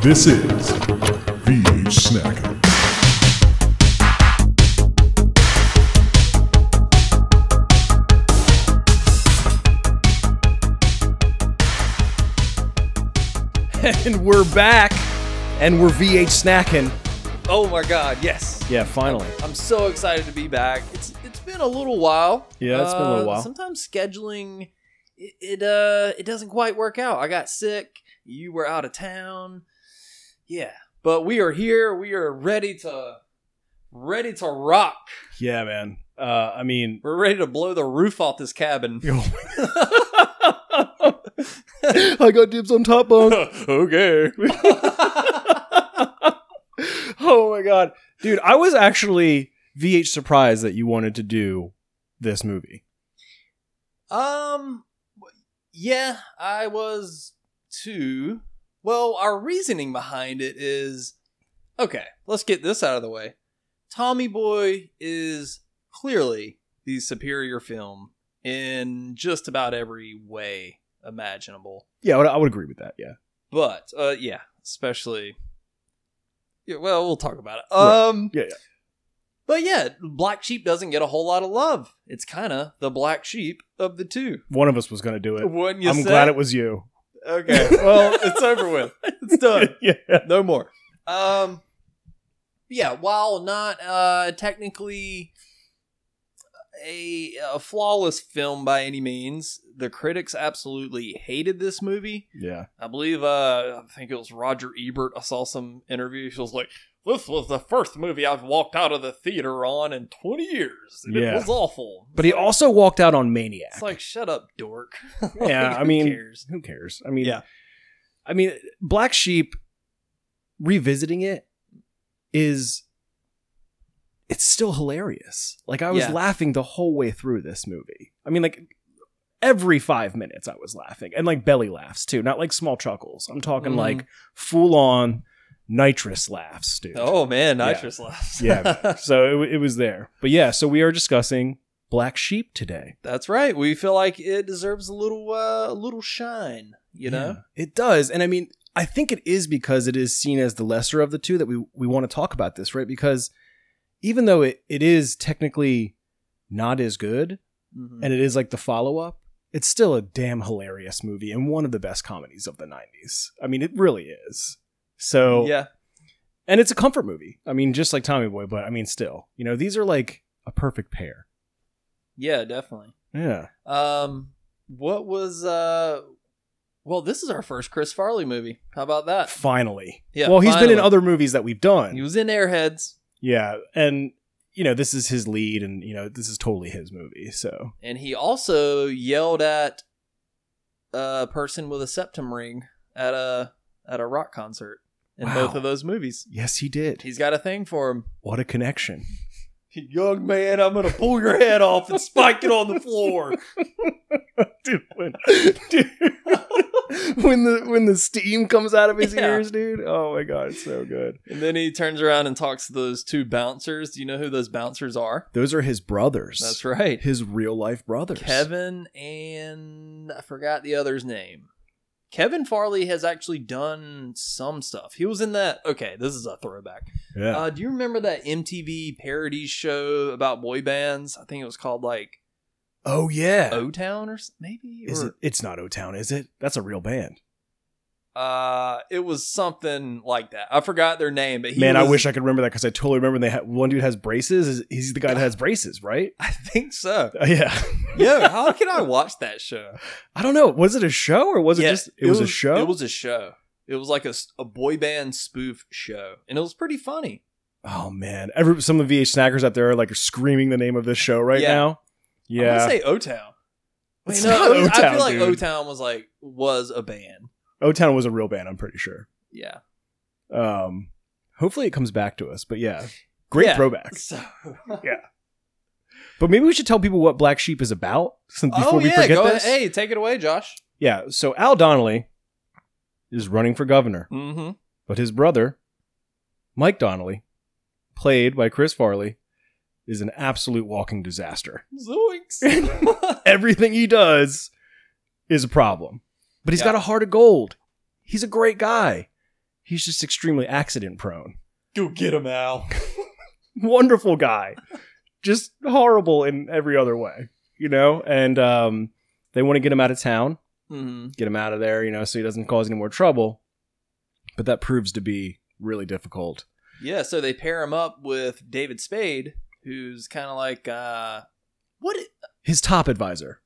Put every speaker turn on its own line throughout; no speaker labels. This is VH Snacker.
and we're back, and we're VH snacking.
Oh my God! Yes.
Yeah, finally.
I'm so excited to be back. It's it's been a little while.
Yeah, it's been a little
Uh,
while.
Sometimes scheduling it, it uh it doesn't quite work out. I got sick. You were out of town. Yeah, but we are here. We are ready to ready to rock.
Yeah, man. Uh, I mean,
We're ready to blow the roof off this cabin.
I got dibs on top bunk.
okay.
oh my god, dude! I was actually VH surprised that you wanted to do this movie.
Um, yeah, I was too. Well, our reasoning behind it is okay, let's get this out of the way. Tommy Boy is clearly the superior film in just about every way imaginable.
Yeah, I would, I would agree with that. Yeah,
But, uh, yeah, especially. Yeah, well, we'll talk about it.
Right.
Um,
yeah, yeah.
but yeah, Black Sheep doesn't get a whole lot of love. It's kind of the black sheep of the two.
One of us was gonna do it.
Wouldn't you
I'm
say?
glad it was you.
Okay. Well, it's over with. It's done.
yeah,
No more. Um yeah, while not uh technically a, a flawless film by any means, the critics absolutely hated this movie.
yeah.
I believe uh I think it was Roger Ebert. I saw some interview. She was like, "This was the first movie I've walked out of the theater on in 20 years. And
Yeah.
It was awful."
But he also walked out on Maniac.
it's like, "Shut up, dork."
Yeah, I
Who
mean-
cares?
Who cares? I mean,
Yeah.
I mean, Black Sheep revisiting it is it's still hilarious. Like I was
Yeah.
laughing the whole way through this movie. I mean, like every 5 minutes I was laughing and like belly laughs too, not like small chuckles. I'm talking
Mhm.
like full on nitrous laughs, dude.
Oh man,
Yeah.
nitrous laughs.
Yeah. so it, wa- it was there. But yeah, so we are discussing Black Sheep today.
That's right. We feel like it deserves a little uh, a little shine, you know?
Yeah, it does and i mean i think it is because it is seen as the lesser of the two that we we want to talk about this right because even though it, it is technically not as good
Mhm.
and it is like the follow-up it's still a damn hilarious movie and one of the best comedies of the 90s i mean it really is so
yeah.
and it's a comfort movie i mean just like tommy boy but i mean still you know these are like a perfect pair
Yeah, definitely.
yeah
Um what was uh well, this is our first Chris Farley movie. How about that?
finally
Yeah,
well he's been in
finally.
other movies that we've done
He was in Airheads
Yeah, and you know this is his lead, and you know this is totally his movie. So
and he also yelled at a person with a septum ring at a at a rock concert in
Wow.
both of those movies.
yes, he did.
He's got a thing for him.
What a connection!
Young man, I'm gonna pull your head off and spike it on the floor.
dude, when, dude, when the when the steam comes out of his
Yeah.
ears, dude. Oh my god, it's so good.
And then he turns around and talks to those two bouncers. Do you know who those bouncers are?
Those are his brothers.
That's right.
His real life brothers.
Kevin and I forgot the other's name. Kevin Farley has actually done some stuff. He was in that. Okay, this is a throwback.
Yeah.
Uh, do you remember that MTV parody show about boy bands? I think it was called like
oh yeah.
O Town or s- maybe.
is
or,
it? It's not O Town, is it? That's a real band.
Uh, it was something like that. I forgot their name, but he
Man, I
was-
wish I could remember that because I totally remember they had one dude has braces. Is- He's the guy that has braces, right?
I think so.
Uh, yeah.
Yo, how can I watch that show?
I don't know. Was it a show or was it
Yeah,
just? It, was, a show.
It was a show. It was like a, s- a boy band spoof show, and it was pretty funny.
Oh man, Every, some of the VH snackers out there are like screaming the name of this show right
Yeah.
now.
I'm
Yeah,
gonna say O Town.
It's not O-Town,
I feel like
dude.
O Town was like was a band.
O Town was a real band. I'm pretty sure.
Yeah,
Um, hopefully it comes back to us. But yeah, great
Yeah.
throwback.
So
But maybe we should tell people what Black Sheep is about since before
oh
we
yeah,
forget
go
this.
ahead. Hey, take it away, Josh.
Yeah. So Al Donnelly is running for governor,
Mm-hmm.
but his brother, Mike Donnelly, played by Chris Farley, is an absolute walking disaster.
Zoinks.
everything he does is a problem. But he's
Yeah.
got a heart of gold. He's a great guy. He's just extremely accident prone.
Go get him, Al.
Wonderful guy. just horrible in every other way, you know? And um, they want to get him out of town,
Mm-hmm.
get him out of there, you know, so he doesn't cause any more trouble. But that proves to be really difficult.
Yeah, so they pair him up with David Spade, who's kind of like, uh, what? i-
His top advisor.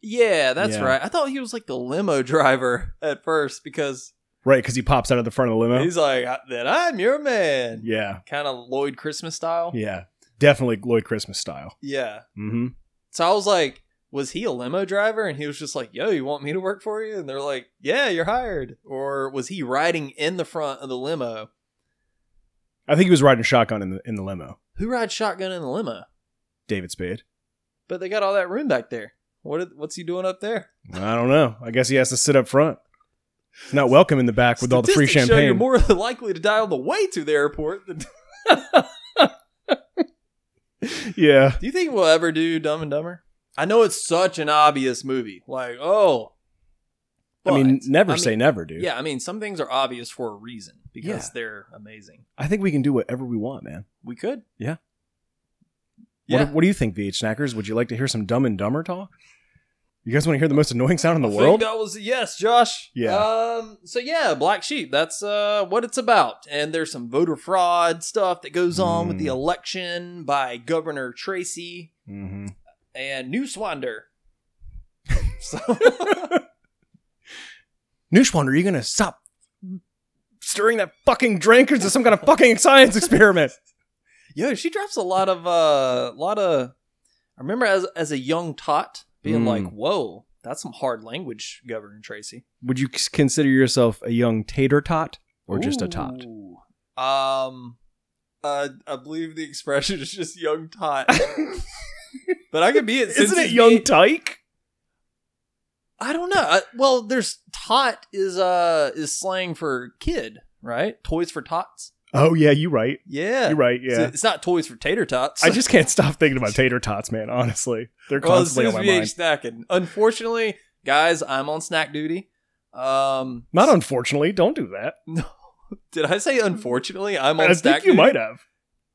Yeah, that's
Yeah.
right. I thought he was like the limo driver at first because
Right, because he pops out of the front of the limo.
he's like, "I- then I'm your man.
yeah,
Kind of Lloyd Christmas style.
yeah. Definitely Lloyd Christmas style.
yeah.
Mm-hmm.
So I was like, was he a limo driver? And he was just like, yo, you want me to work for you? And they're like, yeah, you're hired. Or was he riding in the front of the limo?
I think he was riding shotgun in the in the limo.
Who rides shotgun in the limo?
David Spade.
But they got all that room back there. What? did- What's he doing up there?
I don't know. I guess he has to sit up front. He's Not welcome in the back with all the free
Statistics show
champagne.
you're more likely to die on the way to the airport. Than-
yeah.
do you think we'll ever do Dumb and Dumber? I know it's such an obvious movie. Like, oh,
I mean,
but-
never
I mean,
say never, dude.
Yeah, I mean, some things are obvious for a reason because
Yeah.
they're amazing.
I think we can do whatever we want, man.
We could.
Yeah.
Yeah.
What, what do you think, VH Snackers? Would you like to hear some dumb and dumber talk? You guys want to hear the most annoying sound in the
I think
world?
that was a yes, Josh.
Yeah.
Um. So yeah, Black Sheep. That's uh what it's about. And there's some voter fraud stuff that goes on with the
Mm.
election by Governor Tracy
Mm-hmm.
and Newswander. so
Nushwander, are you going to stop stirring that fucking drink or is this some kind of fucking science experiment?
yo, she drops a lot of uh, lot of. I remember as as a young tot being
Mm.
like, "Whoa, that's some hard language, Governor Tracy,"
Would you c- consider yourself a young tater tot or just a tot?
Ooh. Um, uh, I believe the expression is just young tot. But I could be it. since
Isn't it
it's
young
me-
tyke?
I don't know. I, well, there's tot is uh is slang for kid, right? Toys for tots.
Oh, yeah, you're right.
Yeah,
You're right,
It's-
yeah.
It's, not toys for tater tots.
I just can't stop thinking about tater tots, man. Honestly, they're
well, as soon
constantly
as
on
we
my
ate
mind.
snacking. Unfortunately, guys, I'm on snack duty. Um,
Not unfortunately, don't do that.
no. Did I say unfortunately? I'm on
I
snack
think you
duty.
might have.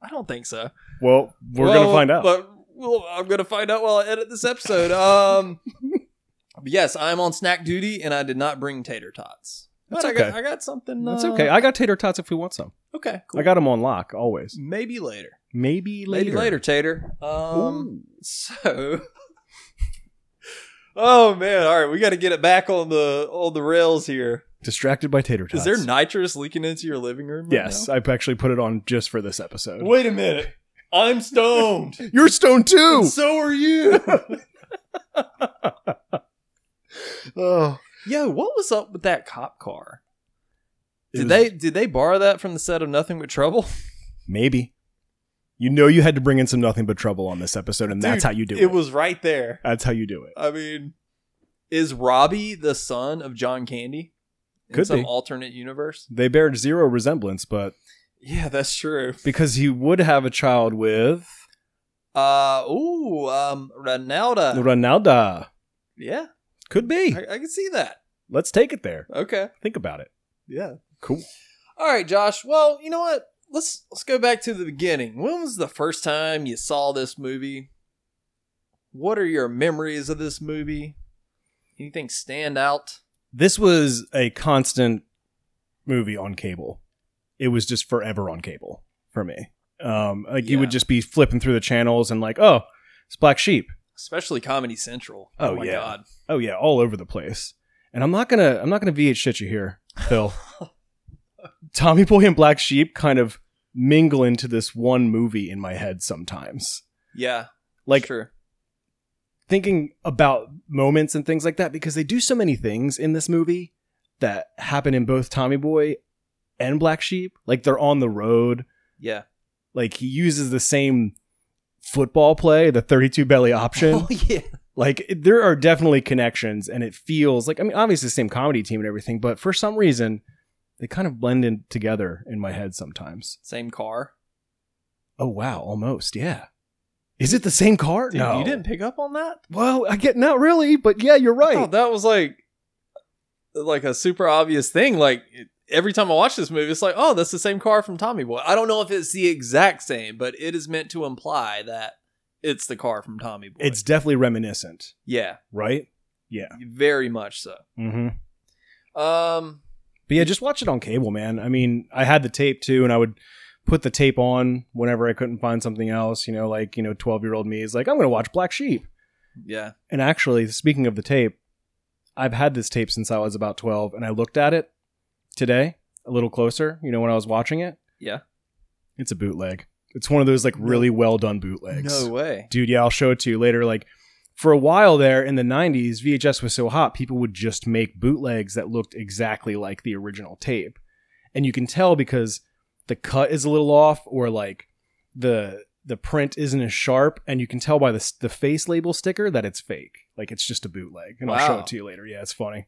I don't think so.
Well, we're gonna
Well,
find out.
But well, I'm gonna find out while I edit this episode. Um, but yes, I'm on snack duty, and I did not bring tater tots.
That's
but I got
okay.
I got something.
That's
uh,
okay. I got tater tots if we want some.
okay, cool.
I got them on lock always.
maybe later.
Maybe later.
Maybe later, Tater. Um,
Ooh.
so. Oh man! All right, we got to get it back on the on the rails here.
Distracted by tater tots.
Is there nitrous leaking into your living room? Right
Yes,
now?
I've actually put it on just for this episode.
Wait a minute. I'm stoned.
You're stoned too.
And so are you.
oh.
Yo, what was up with that cop car?
It
Did
was-
they did they borrow that from the set of Nothing But Trouble?
Maybe. You know you had to bring in some nothing but trouble on this episode, and that's
Dude,
how you do it.
It was right there.
that's how you do it.
I mean, is Robbie the son of John Candy? In
Could
some
be.
alternate universe.
They bear zero resemblance, but
Yeah, that's true.
because he would have a child with
Uh ooh, um
Uh,
Ronaldo.
Ronaldo.
yeah,
Could be.
I, I can see that.
Let's take it there.
Okay.
Think about it.
Yeah.
Cool.
All right, Josh. Well, you know what? Let's let's go back to the beginning. When was the first time you saw this movie? What are your memories of this movie? Anything stand out?
This was a constant movie on cable. It was just forever on cable for me. Um, like you would
Yeah.
just be flipping through the channels and like, oh, it's Black Sheep.
Especially Comedy Central.
Oh, yeah. Oh yeah, all over the place. And I'm not gonna I'm not gonna VH shit you here, Phil. Tommy Boy and Black Sheep kind of mingle into this one movie in my head sometimes.
Yeah.
Like
sure.
thinking about moments and things like that because they do so many things in this movie that happen in both Tommy Boy and Black Sheep. Like they're on the road.
Yeah.
Like he uses the same football play, the 32 belly option.
Oh yeah.
like it- there are definitely connections and it feels like I mean obviously the same comedy team and everything, but for some reason they kind of blend in together in my head sometimes.
Same car.
Oh wow, almost. Yeah. Is it the same car?
Dude, you didn't pick up on that?
Well, I get not really, but yeah, you're
I
right.
thought that was like like a super obvious thing. Like it, every time I watch this movie, it's like, oh, that's the same car from Tommy Boy. I don't know if it's the exact same, but it is meant to imply that it's the car from Tommy Boy.
It's definitely reminiscent,
yeah,
right? Yeah.
very much so.
Mm-hmm.
Um,
But yeah, just watch it on cable, man. I mean, I had the tape too, and I would put the tape on whenever I couldn't find something else. You know, like you know, twelve year old me is like, I'm gonna watch Black Sheep.
yeah,
And actually, speaking of the tape, I've had this tape since I was about twelve, and I looked at it today a little closer. You know, when I was watching it,
yeah,
it's a bootleg. It's one of those like really well done bootlegs.
no way.
dude yeah i'll show it to you later like for a while there in the 90s vhs was so hot people would just make bootlegs that looked exactly like the original tape and you can tell because the cut is a little off or like the the print isn't as sharp and you can tell by the, s- the face label sticker that it's fake like it's just a bootleg and i'll show
Wow.
it to you later yeah it's funny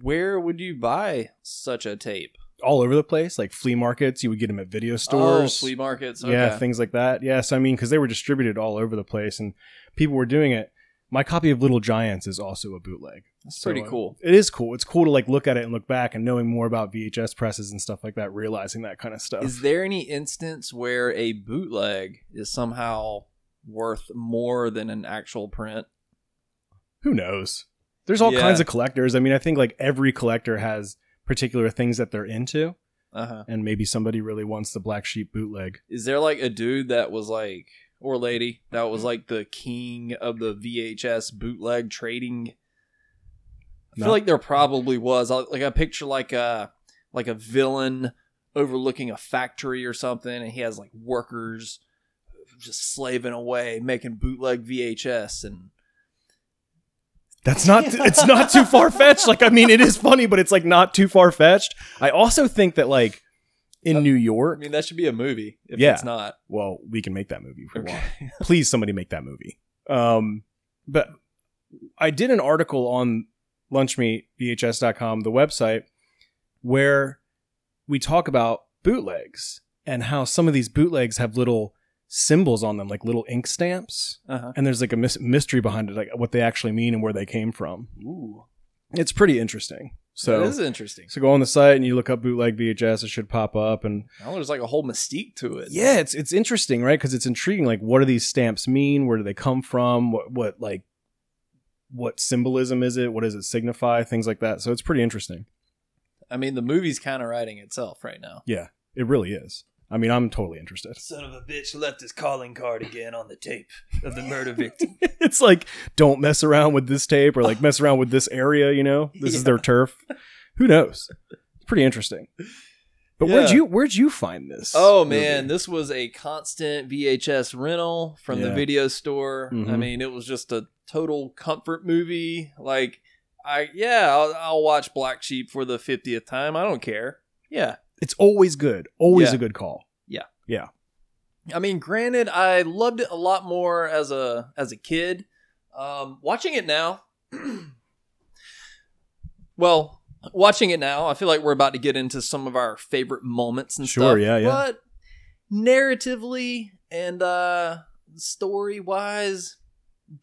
Where would you buy such a tape?
all over the place like flea markets you would get them at video stores
oh, flea markets. Okay.
Yeah, things like that. Yeah, so I mean, because they were distributed all over the place and people were doing it. My copy of Little Giants is also a bootleg.
that's pretty
So, uh,
cool.
It is cool. It's cool to like look at it and look back and knowing more about VHS presses and stuff like that, realizing that kind of stuff.
Is there any instance where a bootleg is somehow worth more than an actual print?
Who knows? There's all
Yeah.
kinds of collectors. I mean, I think like every collector has particular things that they're into,
Uh huh.
and maybe somebody really wants the Black Sheep bootleg.
Is there like a dude that was like, or lady that was
Mm-hmm.
like the king of the VHS bootleg trading? I feel
No.
like there probably was. I- Like I picture like a like a villain overlooking a factory or something, and he has like workers just slaving away making bootleg VHS, and
That's not it's not too far fetched. Like I mean, it is funny, but it's like not too far fetched. I also think that like in
Uh,
New
I
York,
mean that should be a movie. If
Yeah.
it's not,
well, we can make that movie if we
okay,
want. Please, somebody make that movie. Um, but I did an article on lunchmeatvhs.com, the website, where we talk about bootlegs and how some of these bootlegs have little symbols on them, like little ink stamps.
uh-huh.
And there's like a mys- mystery behind it, like what they actually mean and where they came from.
ooh,
It's pretty interesting.
so
So,
that is interesting.
so go on the site and you look up bootleg VHS. It should pop up, and
Now there's like a whole mystique to it.
yeah it's it's interesting right because it's intriguing like what do these stamps mean where do they come from what what like what symbolism is it what does it signify things like that so it's pretty interesting
I mean the movie's kind of writing itself right now.
it really is i mean i'm totally interested
Son of a bitch left his calling card again on the tape of the murder victim.
it's like don't mess around with this tape or like mess around with this area you know this is their turf who knows pretty interesting but where'd
Yeah.
you where'd you find this
oh man,
movie?
this was a constant VHS rental from the
Yeah.
video store. I
Mhm.
mean, it was just a total comfort movie. Like, I yeah, I'll, I'll watch Black Sheep for the fiftieth time. I don't care. Yeah,
it's always good always
Yeah.
a good call
I mean, granted, I loved it a lot more as a as a kid. Um, watching it now, well, watching it now, I feel like we're about to get into some of our favorite moments and
Sure,
stuff.
yeah, yeah.
But narratively and uh, story wise,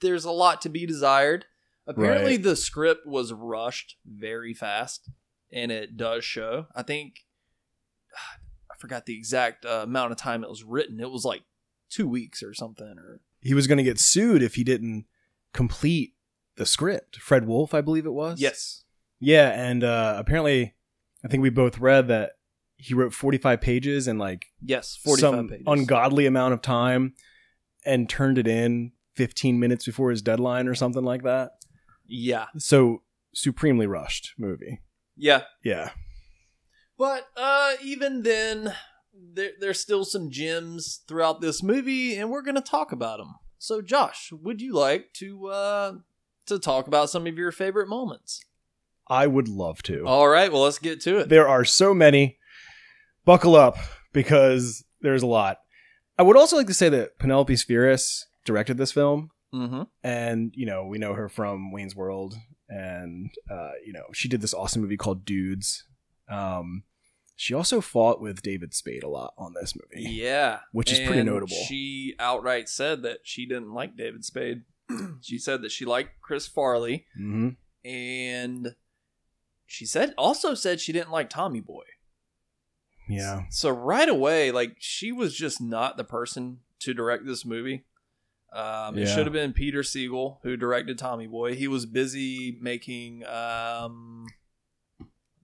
there's a lot to be desired. Apparently, the script was rushed very fast, and it does show. I think I forgot the exact uh, amount of time it was written. It was like two weeks or something. Or
he was going to get sued if he didn't complete the script. Fred Wolf, I believe it was.
yes,
Yeah, and uh, apparently, I think we both read that he wrote 45 pages in like
yes, forty-five
some
pages.
ungodly amount of time, and turned it in 15 minutes before his deadline or something like that.
yeah,
So supremely rushed movie.
yeah.
Yeah.
But uh, even then, there, there's still some gems throughout this movie, and we're gonna talk about them. So, Josh, would you like to uh, to talk about some of your favorite moments?
I would love to.
All right, well, let's get to it.
There are so many. Buckle up because there's a lot. I would also like to say that Penelope Spheris directed this film.
Mm-hmm.
and you know we know her from Wayne's World, and uh, you know she did this awesome movie called Dudes. Um, she also fought with David Spade a lot on this movie.
Yeah,
Which is pretty
And
notable.
She outright said that she didn't like David Spade. she said that she liked Chris Farley,
Mm-hmm.
and she said also said she didn't like Tommy Boy.
Yeah.
So right away, like she was just not the person to direct this movie. Um, It
Yeah.
should have been Peter Siegel who directed Tommy Boy. He was busy making um,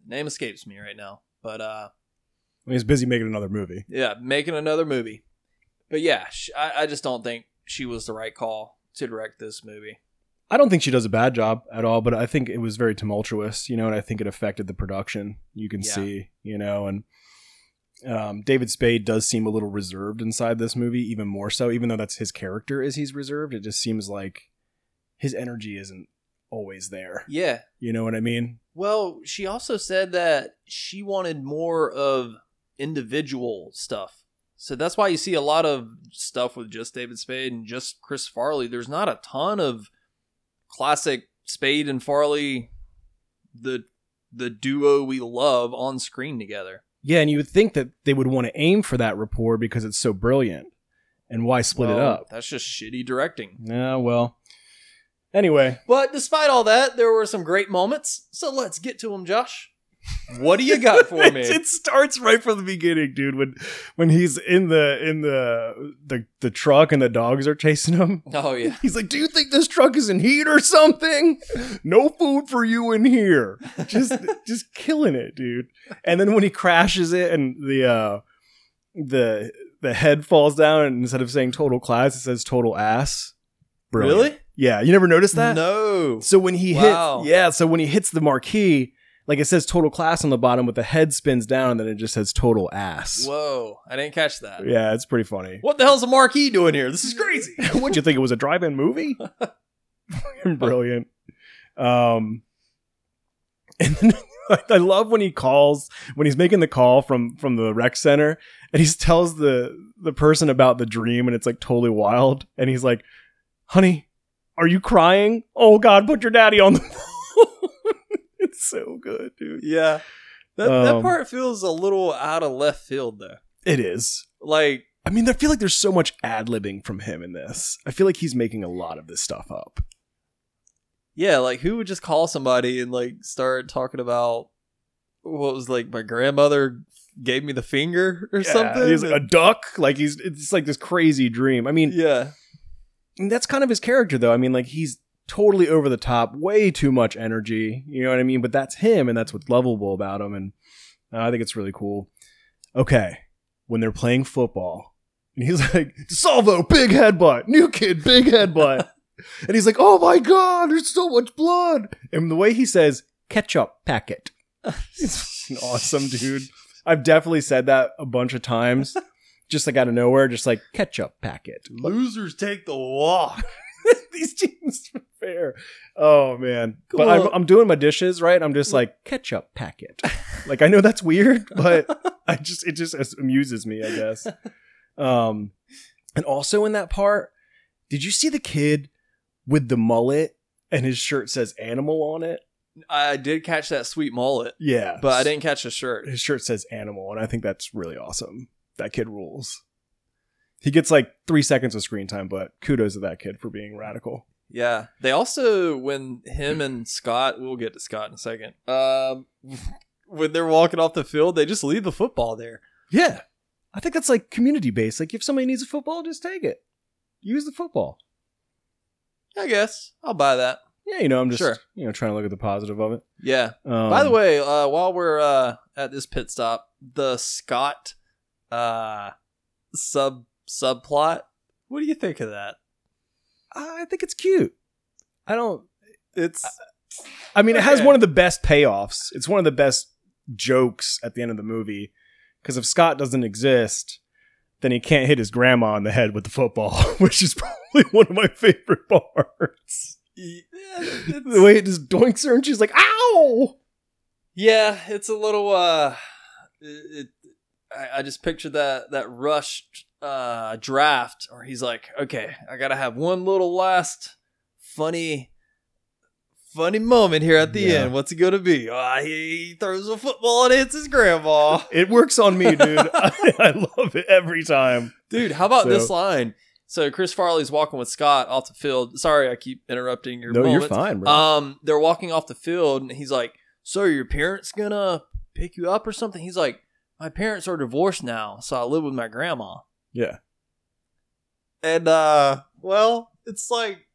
name escapes me right now, but uh,
I mean, he's busy making another movie.
yeah, making another movie. But yeah, sh I, I just don't think she was the right call to direct this movie.
I don't think she does a bad job at all, but I think it was very tumultuous, you know, and I think it affected the production. You can
Yeah.
see, you know, and um, David Spade does seem a little reserved inside this movie, even more so, even though that's his character is he's reserved. It just seems like his energy isn't always there.
Yeah,
You know what I mean?
Well, she also said that she wanted more of individual stuff. So that's why you see a lot of stuff with just David Spade and just Chris Farley. There's not a ton of classic Spade and Farley the the duo we love on screen together.
Yeah, and you would think that they would want to aim for that rapport because it's so brilliant. And why split it
Well,
up?
That's just shitty directing.
Yeah, well. Anyway,
But despite all that, there were some great moments. So let's get to them, Josh. What do you got for me?
It's- It starts right from the beginning, dude. When when he's in the in the the, the truck and the dogs are chasing him.
oh yeah.
He's like, "Do you think this truck is in heat or something? No food for you in here." Just just killing it, dude. And then when he crashes it and the uh the the head falls down and instead of saying total class, it says total ass. Brilliant.
Really?
Yeah, you never noticed that?
No.
So when he
Wow.
hits, yeah. So when he hits the marquee, like it says total class on the bottom, but the head spins down, and then it just says total ass.
Whoa, I didn't catch that.
Yeah, it's pretty funny.
What the hell's a marquee doing here? This is crazy.
What'd you think it was a drive-in movie? Fucking Brilliant. Um, and then I love when he calls when he's making the call from from the rec center, and he tells the the person about the dream, and it's like totally wild, and he's like, "Honey, are you crying? Oh God, put your daddy on the phone." it's so good, dude.
yeah. That, that
Um,
part feels a little out of left field, though.
It is.
Like,
I mean, I feel like there's so much ad libbing from him in this. I feel like he's making a lot of this stuff up.
yeah, like who would just call somebody and like start talking about what was like my grandmother gave me the finger or something?
He's a
And-
duck. Like he's it's like this crazy dream. I mean,
yeah.
and that's kind of his character though. I mean, like he's totally over the top, way too much energy. You know what I mean? But that's him, and that's what's lovable about him. And uh, I think it's really cool. Okay, when they're playing football, and he's like, "Salvo, big headbutt, new kid, big headbutt," and he's like, "Oh my god, there's so much blood!" And the way he says, "Ketchup packet," it's fucking awesome, dude. I've definitely said that a bunch of times. Just like out of nowhere, just like ketchup packet
Losers take the walk.
these teams are fair. Oh man, but
Cool. Mm.
I'm, I'm doing my dishes right. I'm just like ketchup packet. like I know that's weird, but I just it just amuses me, I guess. Um, and also in that part, did you see the kid with the mullet and his shirt says animal on it?
I did catch that sweet mullet,
Yeah,
but I didn't catch the shirt.
His shirt says animal, and I think that's really awesome. That kid rules. He gets like three seconds of screen time, but kudos to that kid for being radical.
Yeah. They also when him and Scott, we'll get to Scott in a second. Um, when they're walking off the field, they just leave the football there.
Yeah. I think that's like community based. Like if somebody needs a football, just take it. Use the football.
I guess I'll buy that.
Yeah, you know, I'm just
Sure.
you know trying to look at the positive of it.
Yeah.
Um,
By the way, uh, while we're uh, at this pit stop, the Scott uh, sub subplot. What do you think of that?
I think it's cute. I don't.
It's
I mean, it has
Okay.
one of the best payoffs. It's one of the best jokes at the end of the movie because if Scott doesn't exist, then he can't hit his grandma on the head with the football, which is probably one of my favorite parts.
yeah,
The
it's,
way it just doinks her and she's like, "Ow!"
yeah, it's a little. Uh, it, it- I, I just pictured that that rushed uh, draft, or he's like, okay, I gotta have one little last funny. Funny moment here at the
Yeah.
end. What's it gonna be? Ah, he throws a football and hits his grandma.
It works on me, dude. I, I love it every time.
Dude, how about
So-
this line? So Chris Farley's walking with Scott off the field. Sorry, I keep interrupting your moments.
fine,
Um, they're walking off the field, and he's like, "So are your parents gonna pick you up or something?" He's like, my parents are divorced now, so I live with my grandma.
Yeah.
And uh well, it's like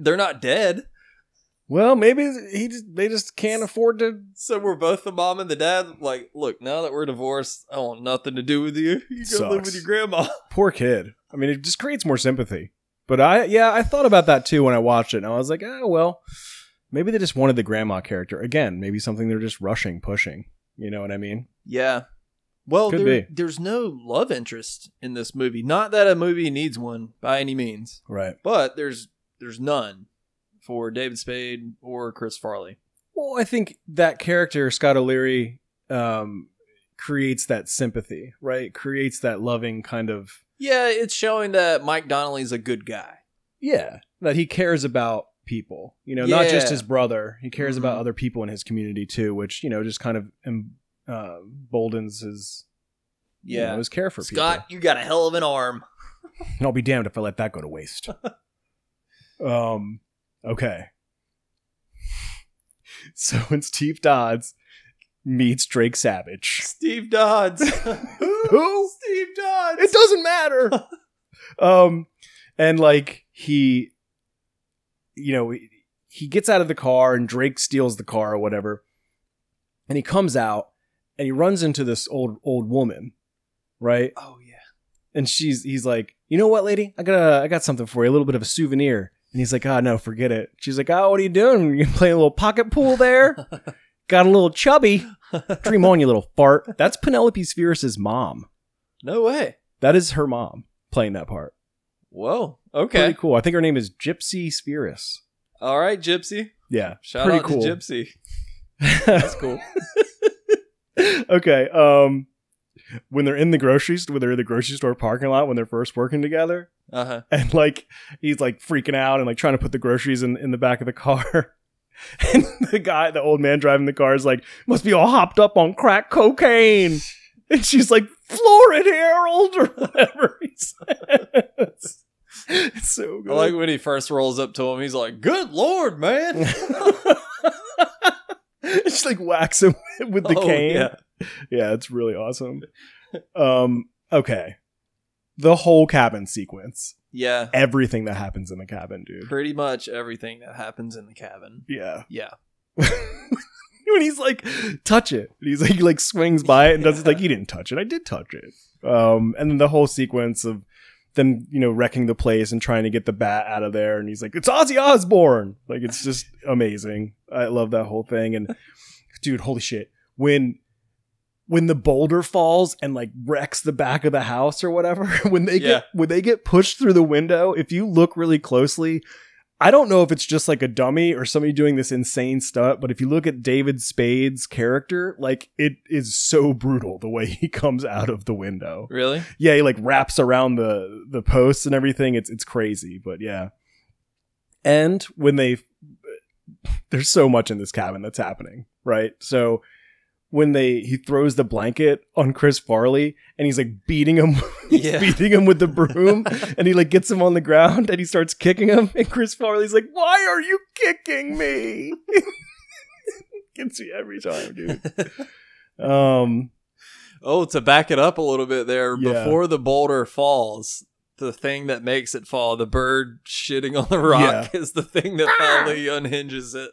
they're not dead.
Well, maybe he just, they just can't afford to.
So we're both the mom and the dad. Like, look, now that we're divorced, I want nothing to do with you. You go live
Sucks.
with your grandma.
Poor kid. I mean, it just creates more sympathy. But I, yeah, I thought about that too when I watched it, and I was like, ah, well, maybe they just wanted the grandma character again. Maybe something they're just rushing, pushing. You know what I mean?
Yeah. Well,
Could
there,
be.
there's no love interest in this movie. Not that a movie needs one by any means,
Right.
but there's there's none for David Spade or Chris Farley.
Well, I think that character Scott O'Leary um, creates that sympathy, right? Creates that loving kind of
Yeah, it's showing that Mike Donnelly's a good guy.
yeah that he cares about people. You know, not just
Yeah.
his brother. He cares about
Mhm.
other people in his community too, which you know just kind of em- uh, boldens his you
Yeah.
know, his care for
Scott, you got a hell of an arm.
people. And I'll be damned if I let that go to waste. um. Okay. So when Steve Dodds meets Drake Savage.
Steve Dodds.
Who?
Steve Dodds.
it doesn't matter um and like he you know he gets out of the car and drake steals the car or whatever and he comes out and he runs into this old old woman right
oh yeah.
and she's he's like you know what lady i got a, i got something for you a little bit of a souvenir and he's like oh no forget it she's like oh what are you doing you playing a little pocket pool there got a little chubby dream on you little fart that's penelope spheris's mom
No way.
that is her mom playing that part
Whoa. Okay.
Pretty cool. I think her name is Gypsy Spheris.
All right, Gypsy.
Yeah.
Shout
pretty
out
cool.
to Gypsy.
That's cool. okay. Um when they're in the grocery store, when they're in the grocery store parking lot when they're first working together,
Uh huh.
and like he's like freaking out and like trying to put the groceries in, in the back of the car. And the guy, the old man driving the car is like, must be all hopped up on crack cocaine. And she's like, Florid Herald or whatever he says. It's so good.
I like when he first rolls up to him. He's like, "Good lord, man!"
Just like wax him with the
Oh,
cane.
yeah.
Yeah. it's really awesome. Um, okay. The whole cabin sequence.
Yeah,
Everything that happens in the cabin, dude.
pretty much everything that happens in the cabin.
Yeah.
Yeah,
when he's like, touch it. And he's like, he like swings by it and does it like, you didn't touch it. I did touch it. Um, and then the whole sequence of them, you know, wrecking the place and trying to get the bat out of there. And he's like, it's Ozzy Osbourne. Like, it's just amazing. I love that whole thing. And dude, holy shit. When, when the boulder falls and like wrecks the back of the house or whatever, when they
Yeah.
get, when they get pushed through the window, if you look really closely, I don't know if it's just like a dummy or somebody doing this insane stunt, but if you look at David Spade's character, like it is so brutal the way he comes out of the window.
really.
Yeah, he like wraps around the the posts and everything. It's it's crazy, but yeah. And when they there's so much in this cabin that's happening, right? So when they he throws the blanket on Chris Farley and he's like beating him he's
Yeah.
beating him with the broom and he like gets him on the ground and he starts kicking him and Chris Farley's like, "Why are you kicking me?" Gets me every time, dude. Um
Oh, to back it up a little bit there,
Yeah.
before the boulder falls, the thing that makes it fall, the bird shitting on the rock, is the thing that finally unhinges it.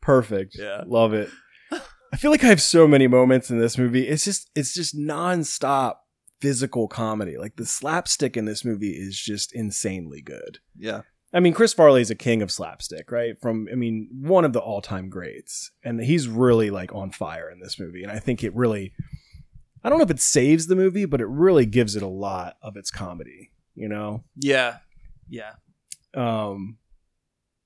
Perfect.
Yeah.
Love it. I feel like I have so many moments in this movie. It's just it's just nonstop physical comedy. Like the slapstick in this movie is just insanely good.
Yeah,
I mean, Chris Farley is a king of slapstick, right? From I mean, one of the all-time greats. And he's really like on fire in this movie. And I think it really I don't know if it saves the movie, but it really gives it a lot of its comedy, you know?
yeah, yeah.
Um,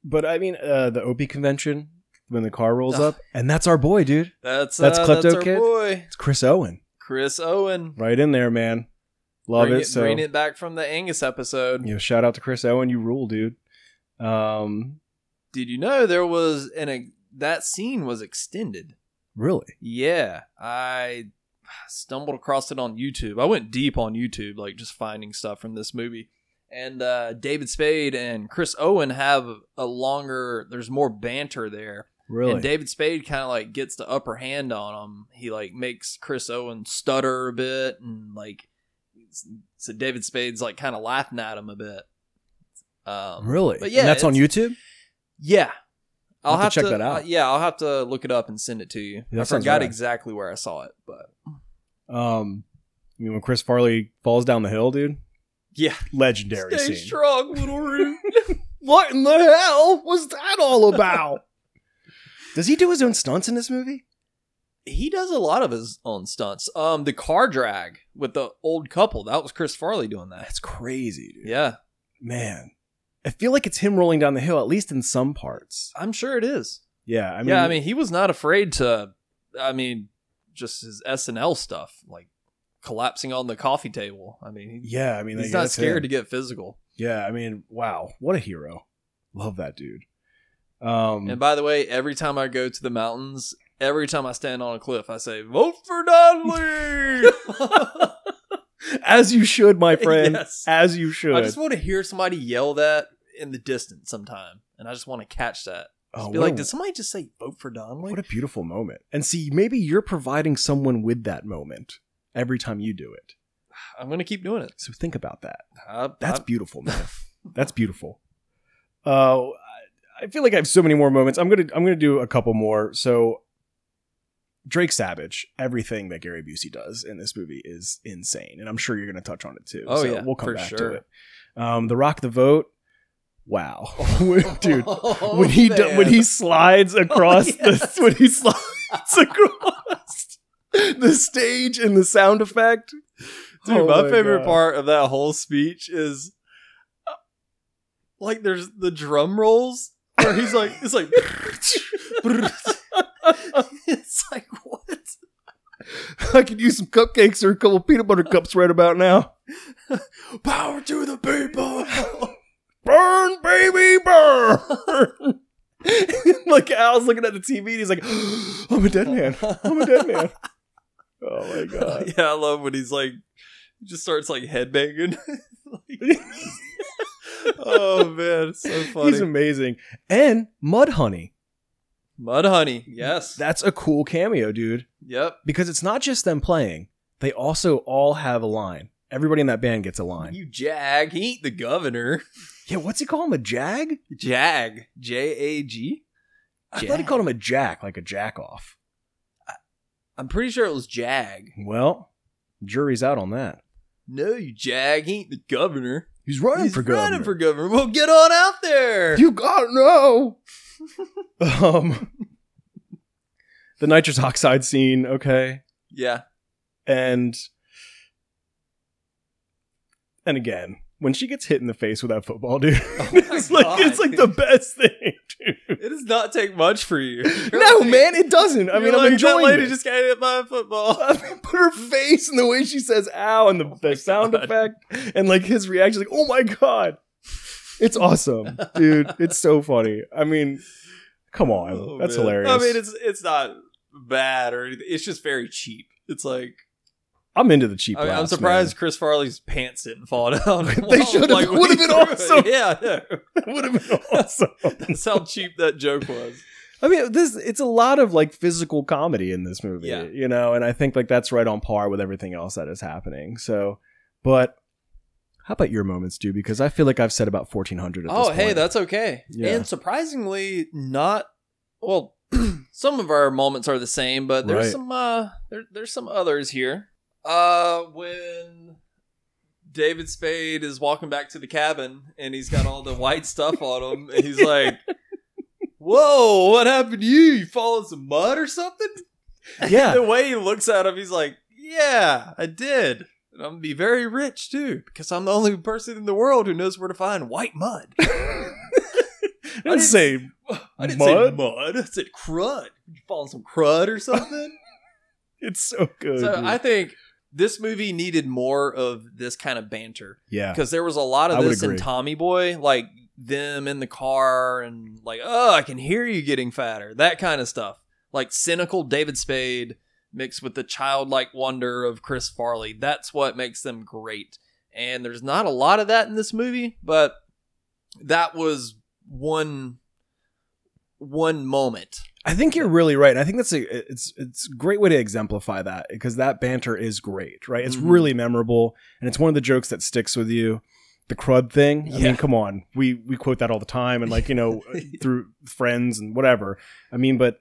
but I mean, uh, the Opie convention when the car rolls
Ugh.
up, and that's our boy, dude.
That's
That's
uh,
Klepto
that's our
Kid?
boy,
It's Chris Owen,
Chris Owen.
right in there, man. Love
bring
it. So,
bring it back from the Angus episode.
you know, shout out to Chris Owen, you rule, dude. Um,
Did you know there was an ex- that scene was extended?
really,
Yeah, I stumbled across it on YouTube. I went deep on YouTube, like just finding stuff from this movie. And uh, David Spade and Chris Owen have a longer. There's more banter there,
Really?
And David Spade kind of like gets the upper hand on him. He like makes Chris Owen stutter a bit, and like so David Spade's like kind of laughing at him a bit. Um,
really?
But yeah,
and that's on
it's-
YouTube.
Yeah,
I'll
I'll,
have
have,
to
to
check that out.
uh, yeah, I'll have to look it up and send it to you.
Yeah, that
I
sounds
forgot
rad.
exactly where I saw it, but
Um, I mean, when Chris Farley falls down the hill, dude,
yeah,
legendary
stay
scene.
strong, little root.
What in the hell was that all about? Does he do his own stunts in this movie?
he does a lot of his own stunts. Um, the car drag with the old couple that was Chris Farley doing that.
That's crazy, dude.
Yeah,
Man, I feel like it's him rolling down the hill, at least in some parts.
I'm sure it is.
Yeah, I mean,
yeah, I mean, he was not afraid to. I mean, just his SNL stuff, like collapsing on the coffee table. I mean, he,
yeah, I mean,
he's not scared to get physical.
yeah, I mean, wow, what a hero! Love that dude. Um,
And by the way, every time I go to the mountains, every time I stand on a cliff, I say, "Vote for Dudley."
as you should, my friend,
Yes.
as you should.
I just want to hear somebody yell that in the distance sometime, and I just want to catch that.
Oh,
Just be
what
like,
a-
did somebody just say vote for Donnelly?
What a beautiful moment. And see, maybe you're providing someone with that moment every time you do it.
I'm gonna keep doing it.
So think about that.
I,
That's
I-
beautiful, man. That's beautiful. Uh, I- I feel like I have so many more moments. I'm gonna I'm gonna do a couple more. So Drake Savage, everything that Gary Busey does in this movie is insane, and I'm sure you're gonna touch on it too.
Oh,
so
yeah,
we'll come
for
back
sure.
to it. Um, the Rock the Vote. Wow, dude. When he do, when he slides across
Oh, yes.
the when he slides across the stage and the sound effect,
Dude,
Oh
my,
my
favorite
God.
part of that whole speech is uh, like there's the drum rolls where he's like it's like it's like what?
I could use some cupcakes or a couple peanut butter cups right about now.
Power to the people.
burn, baby, burn. like Al's looking at the TV and he's like, I'm a dead man. I'm a dead man. Oh my god.
yeah, I love when he's like just starts like headbanging. oh man, it's so funny.
He's amazing. And Mud Honey.
Mud honey. Yes.
That's a cool cameo, dude.
yep.
Because it's not just them playing, they also all have a line. Everybody in that band gets a line.
You jag. He ain't the governor.
Yeah, what's he call him? A jag?
Jag. J A G.
I thought he called him a jack, like a jack off.
I'm pretty sure it was jag.
Well, jury's out on that.
No, you jag. He ain't the governor.
He's running
He's
for governor.
running for governor. Well, get on out there.
You gotta know. um, the nitrous oxide scene, okay,
yeah.
and and again when she gets hit in the face with that football, dude,
my
it's like
God.
it's like the best thing, dude.
It does not take much for you.
No, man, it doesn't. I mean, I'm enjoying
that lady
this.
just got hit by a football.
I mean, but her face and the way she says "ow" and the, the sound
God.
effect and like his reaction, like "oh my god," it's awesome, dude. It's so funny. I mean, come on,
Oh,
that's
man.
hilarious.
I mean, it's it's not bad or anything. It's just very cheap. It's like
I'm into the cheap.
I mean, I'm
laughs,
surprised Chris Farley's pants didn't fall down.
They should've.
Like, when
Would've
he
been
threw it.
awesome.
Yeah, yeah.
man. would have been awesome.
that's how cheap that joke was.
I mean, this it's a lot of like physical comedy in this movie,
Yeah.
you know, and I think like that's right on par with everything else that is happening. So, but how about your moments, dude? Because I feel like I've said about 1400. At
Oh,
this
hey,
point.
that's okay.
Yeah.
And surprisingly, not well. some of our moments are the same, but there's
Right.
some uh, there, there's some others here. Uh, when David Spade is walking back to the cabin and he's got all the white stuff on him, and he's like, "Whoa, what happened to you? You fall in some mud or something?"
yeah,
the way he looks at him, he's like, "Yeah, I did." And I'm gonna be very rich too, because I'm the only person in the world who knows where to find white mud. I
I'd
didn't-
say
I didn't
Mud?
say mud. I said crud. You fall on some crud or something.
it's so good.
so
dude.
I think this movie needed more of this kind of banter
yeah,
because there was a lot
I
of
would
this in
agree.
Tommy Boy, like them in the car and like, oh, I can hear you getting fatter, that kind of stuff. Like cynical David Spade mixed with the childlike wonder of Chris Farley. That's what makes them great. And there's not a lot of that in this movie, but that was one one moment.
I think you're really right. And I think that's a it's it's a great way to exemplify that because that banter is great, right? It's
Mhm.
really memorable and it's one of the jokes that sticks with you. The crud thing. I
Yeah.
mean, come on. We we quote that all the time and like, you know, through friends and whatever. I mean, but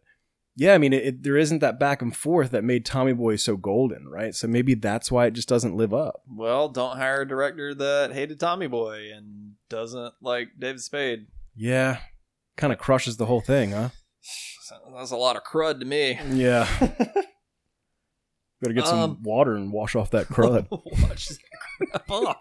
yeah, I mean, it, it, there isn't that back and forth that made Tommy Boy so golden, right? So maybe that's why it just doesn't live up.
Well, don't hire a director that hated Tommy Boy and doesn't like David Spade.
Yeah. Kind of crushes the whole thing, huh?
That's a lot of crud to me.
Yeah. Gotta get some
Um,
water and wash off that crud.
Watch that crap off.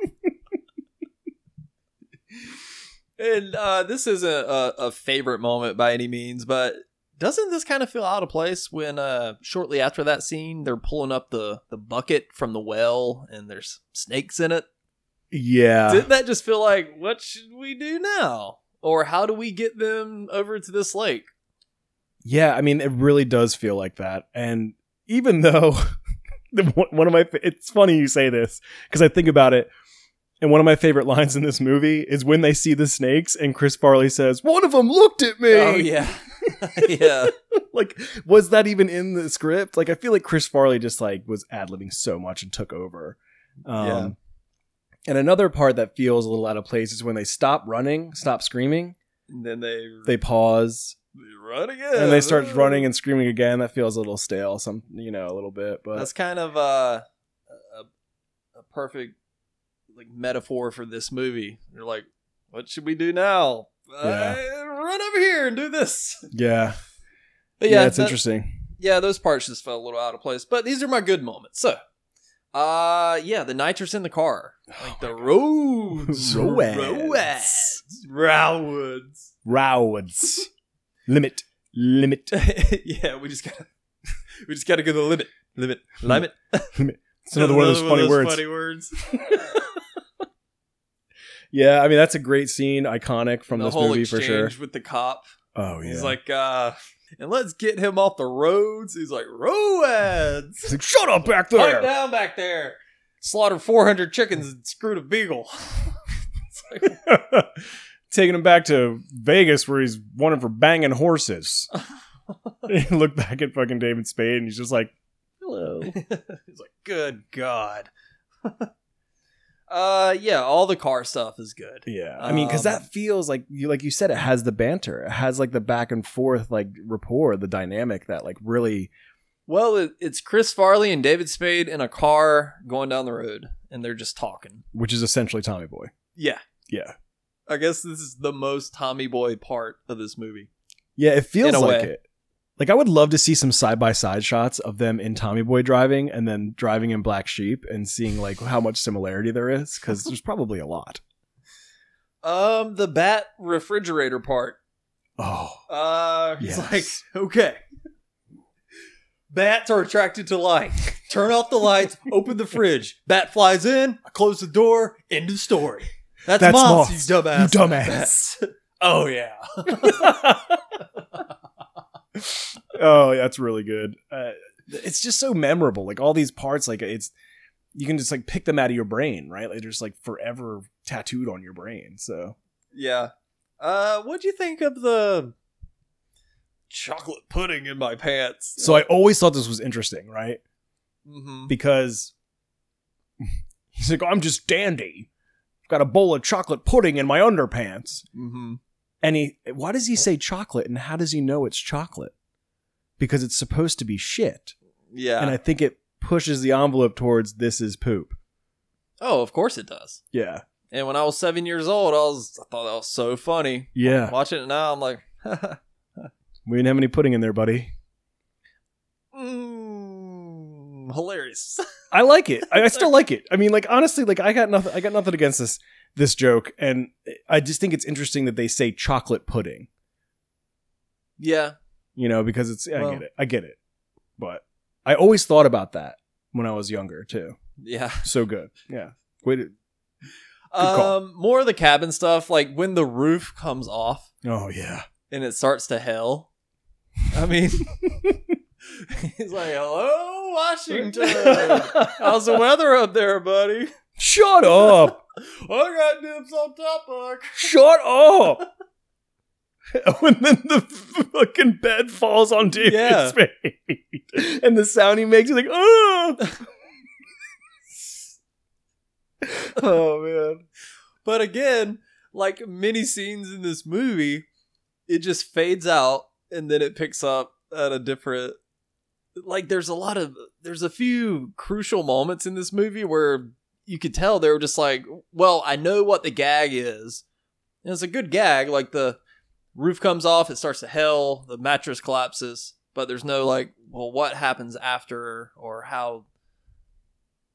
and uh, this isn't a, a favorite moment by any means, but doesn't this kind of feel out of place when uh, shortly after that scene they're pulling up the, the bucket from the well and there's snakes in it?
yeah.
Didn't that just feel like what should we do now? Or how do we get them over to this lake?
Yeah, I mean, it really does feel like that. And even though the, one- one of my, fa- it's funny you say this because I think about it. And one of my favorite lines in this movie is when they see the snakes and Chris Farley says, one of them looked at me.
Oh yeah. yeah.
like, was that even in the script? Like, I feel like Chris Farley just like was ad-libbing so much and took over. Um,
Yeah.
And another part that feels a little out of place is when they stop running, stop screaming,
And then they
they pause,
run again.
and they start running and screaming again. That feels a little stale, some you know, a little bit. But
That's kind of uh, a a perfect like metaphor for this movie. You're like, what should we do now?
Yeah.
Uh, run over here and do this.
yeah,
But
yeah,
yeah,
it's
that-
interesting.
Yeah, those parts just felt a little out of place. But these are my good moments. So, uh, yeah, the nitrous in the car,
Oh
like the roads,
Roads.
roads, roads.
Rowards, limit, limit,
yeah, we just gotta, we just gotta go to the limit, limit, limit.
It's another one of those funny words.
Funny words.
Yeah, I mean that's a great scene, iconic from
the
this
whole
movie for
exchange
sure.
with the cop.
Oh yeah,
He's like, uh, and let's get him off the roads. He's like, roads.
He's like, shut up back
Pipe
there.
down back there. Slaughtered 400 chickens and screwed a beagle. It's like,
Taking him back to Vegas where he's wanted for banging horses. He Look back at fucking David Spade and he's just like, hello.
he's like, good God. uh, yeah, all the car stuff is good.
Yeah, I mean, because
Um,
that feels like you, like you said, it has the banter, it has like the back and forth, like rapport, the dynamic that like really.
Well, it, it's Chris Farley and David Spade in a car going down the road, and they're just talking.
Which is essentially Tommy Boy.
Yeah.
Yeah,
I guess this is the most Tommy Boy part of this movie.
yeah, it feels
In a
like
way.
it. Like I would love to see some side by side shots of them in Tommy Boy driving and then driving in Black Sheep and seeing like how much similarity there is because there's probably a lot.
Um, the bat refrigerator part.
Oh,
Uh, he's
Yes.
like, okay. Bats are attracted to light. Turn off the lights, open the fridge. Bat flies in, I close the door, end of story. That's,
That's
moths,
moths,
you dumbass.
you dumbass.
Bats. Oh, yeah.
oh, yeah, that's really good. Uh, it's just so memorable. Like all these parts, like it's you can just like pick them out of your brain, right? Like, They're just like forever tattooed on your brain. So
yeah. Uh, what'd you think of the chocolate pudding in my pants?
so I always thought this was interesting, right?
Mhm.
Because he's like, I'm just dandy. I've got a bowl of chocolate pudding in my underpants.
Mhm.
And he why does he say chocolate and how does he know it's chocolate? Because it's supposed to be shit.
Yeah.
And I think it pushes the envelope towards this is poop.
oh, of course it does.
Yeah.
And when I was seven years old, I was I thought that was so funny.
Yeah.
Watching it now, I'm like,
We didn't have any pudding in there, buddy.
Mm, hilarious.
I like it. I, I still like it. I mean, like honestly, like I got nothing. I got nothing against this this joke, and I just think it's interesting that they say chocolate pudding.
yeah.
You know, because it's I
Well-
get it. I get it. But I always thought about that when I was younger too.
Yeah.
So good. Yeah. Wait. a- call.
Um, more of the cabin stuff, like when the roof comes off
Oh yeah.
and it starts to hell. I mean, he's like, hello, Washington. How's the weather up there, buddy?
Shut up.
I got dibs on top of
Shut up. and then the fucking bed falls on David's
Yeah.
face, and the sound he makes is like, oh, oh man,
But again, like many scenes in this movie, it just fades out and then it picks up at a different like there's a lot of there's a few crucial moments in this movie where you could tell they were just like, well, I know what the gag is. And it's a good gag, like the roof comes off, it starts to hell, the mattress collapses, but there's no like, well, what happens after or how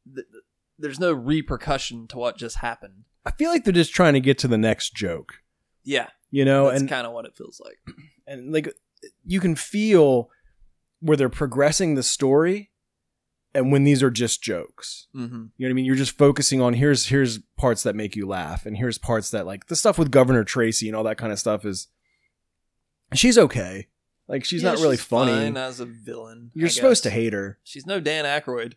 th- th- there's no repercussion to what just happened.
I feel like they're just trying to get to the next joke,
Yeah.
you know,
That's
Oh, and
kind of what it feels like.
and like you can feel where they're progressing the story, and when these are just jokes.
Mm-hmm.
You know what I mean? You're just focusing on here's here's parts that make you laugh, and here's parts that like the stuff with Governor Tracy and all that kind of stuff is. She's okay. Like she's not really funny.
as a villain.
You're
I
supposed
guess.
to hate her.
She's no Dan Aykroyd.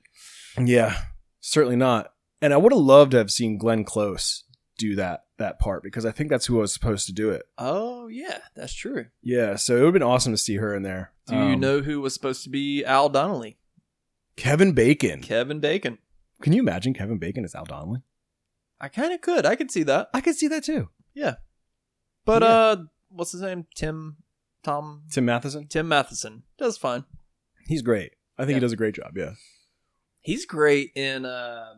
Yeah, certainly not. And I would have loved to have seen Glenn Close do that that part because I think that's who was supposed to do it.
Oh yeah, that's true.
Yeah, so it would have been awesome to see her in there.
Do you
Um,
know who was supposed to be Al Donnelly?
Kevin Bacon?
Kevin Bacon.
Can you imagine Kevin Bacon as Al Donnelly?
I kind of could. I could see that.
I could see that too.
But
Yeah.
uh, what's his name? Tim, Tom, Tim,
Tim Matheson,
Matheson does fine.
he's great. I think
Yeah.
he does a great job. Yeah.
He's great in uh,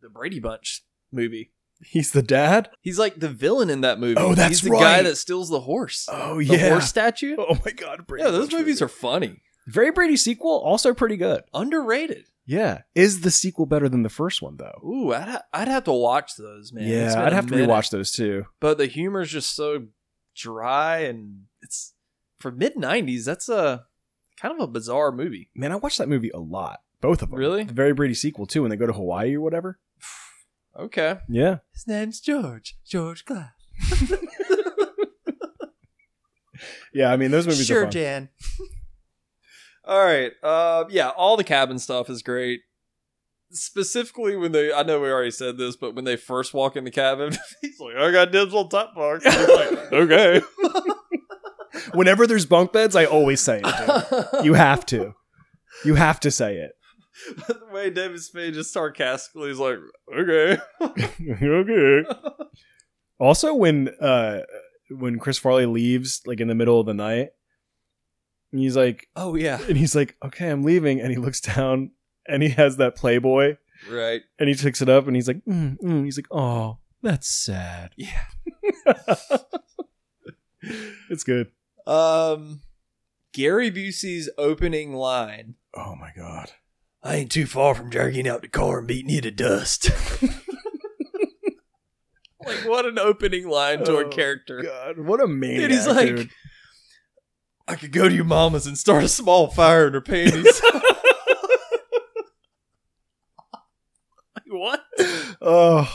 the Brady Bunch movie.
He's the dad?
He's like the villain in that movie.
Oh, that's
He's the
right.
guy that steals the horse.
Oh
the
yeah.
horse statue.
Oh my god, Brady
yeah, those
Bunch
movies are funny.
very Brady sequel, also pretty good.
Underrated.
Yeah. Is the sequel better than the first one though?
Ooh, I'd, ha- I'd have to watch those, man. It's
yeah,
been
I'd
a
have to
minute.
rewatch those too.
But the humor's just so dry, and it's for mid '90s. That's a kind of a bizarre movie.
Man, I watched that movie a lot. Both of them.
Really?
The very Brady sequel too, when they go to Hawaii or whatever.
Okay,
Yeah.
his name's George George Glass.
Yeah, I mean those movies are fun.
Jan. all right. Uh, yeah, all the cabin stuff is great. Specifically, when they, I know we already said this, but when they first walk in the cabin, he's like, I got dibs on top bunk. I was like, okay.
Whenever there's bunk beds, I always say it. dude. you have to. You have to say it.
the way David Spade just sarcastically is like, okay.
okay. Also, when uh when Chris Farley leaves, like in the middle of the night, and he's like,
Oh yeah.
and he's like, okay, I'm leaving, and he looks down, and he has that Playboy,
Right.
and he picks it up, and he's like, mm, mm. he's like, oh, that's sad.
Yeah.
it's good.
Um Gary Busey's opening line.
Oh my god.
I ain't too far from jerking out the car and beating you to dust. like what an opening line to
Oh,
a character.
God, what a maniac!
Dude, he's like,
dude.
I could go to your mama's and start a small fire in her panties. Like, what?
oh.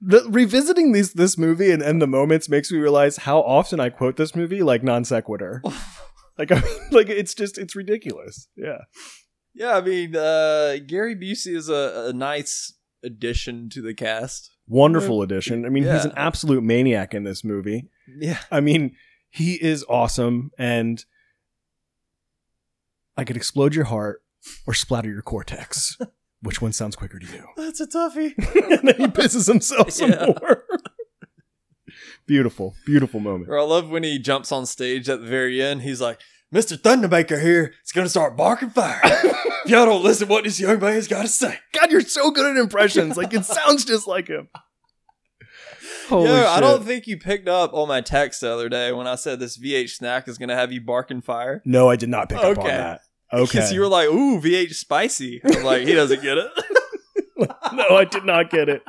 The- revisiting these this movie and, and the moments makes me realize how often I quote this movie like non sequitur. like I mean, like it's just it's ridiculous. Yeah.
Yeah, I mean, uh, Gary Busey is a, a nice addition to the cast.
Wonderful addition. I mean, he's
Yeah.
an absolute maniac in this movie.
Yeah.
I mean, he is awesome and I could explode your heart or splatter your cortex. Which one sounds quicker to you?
That's a toughie.
and then he pisses himself some
Yeah.
more. beautiful, beautiful moment.
Or I love when he jumps on stage at the very end. He's like, Mr. Thundermaker here is going to start barking fire. if y'all don't listen to what this young man's got to say.
God, you're so good at impressions. Like it sounds just like him. Holy
Yo,
shit.
I don't think you picked up on my text the other day when I said this VH snack is going to have you barking fire.
no, I did not pick up on
Okay.
that.
Because
Okay.
you were like, ooh, VH spicy. I'm like, he doesn't get it.
no, I did not get it.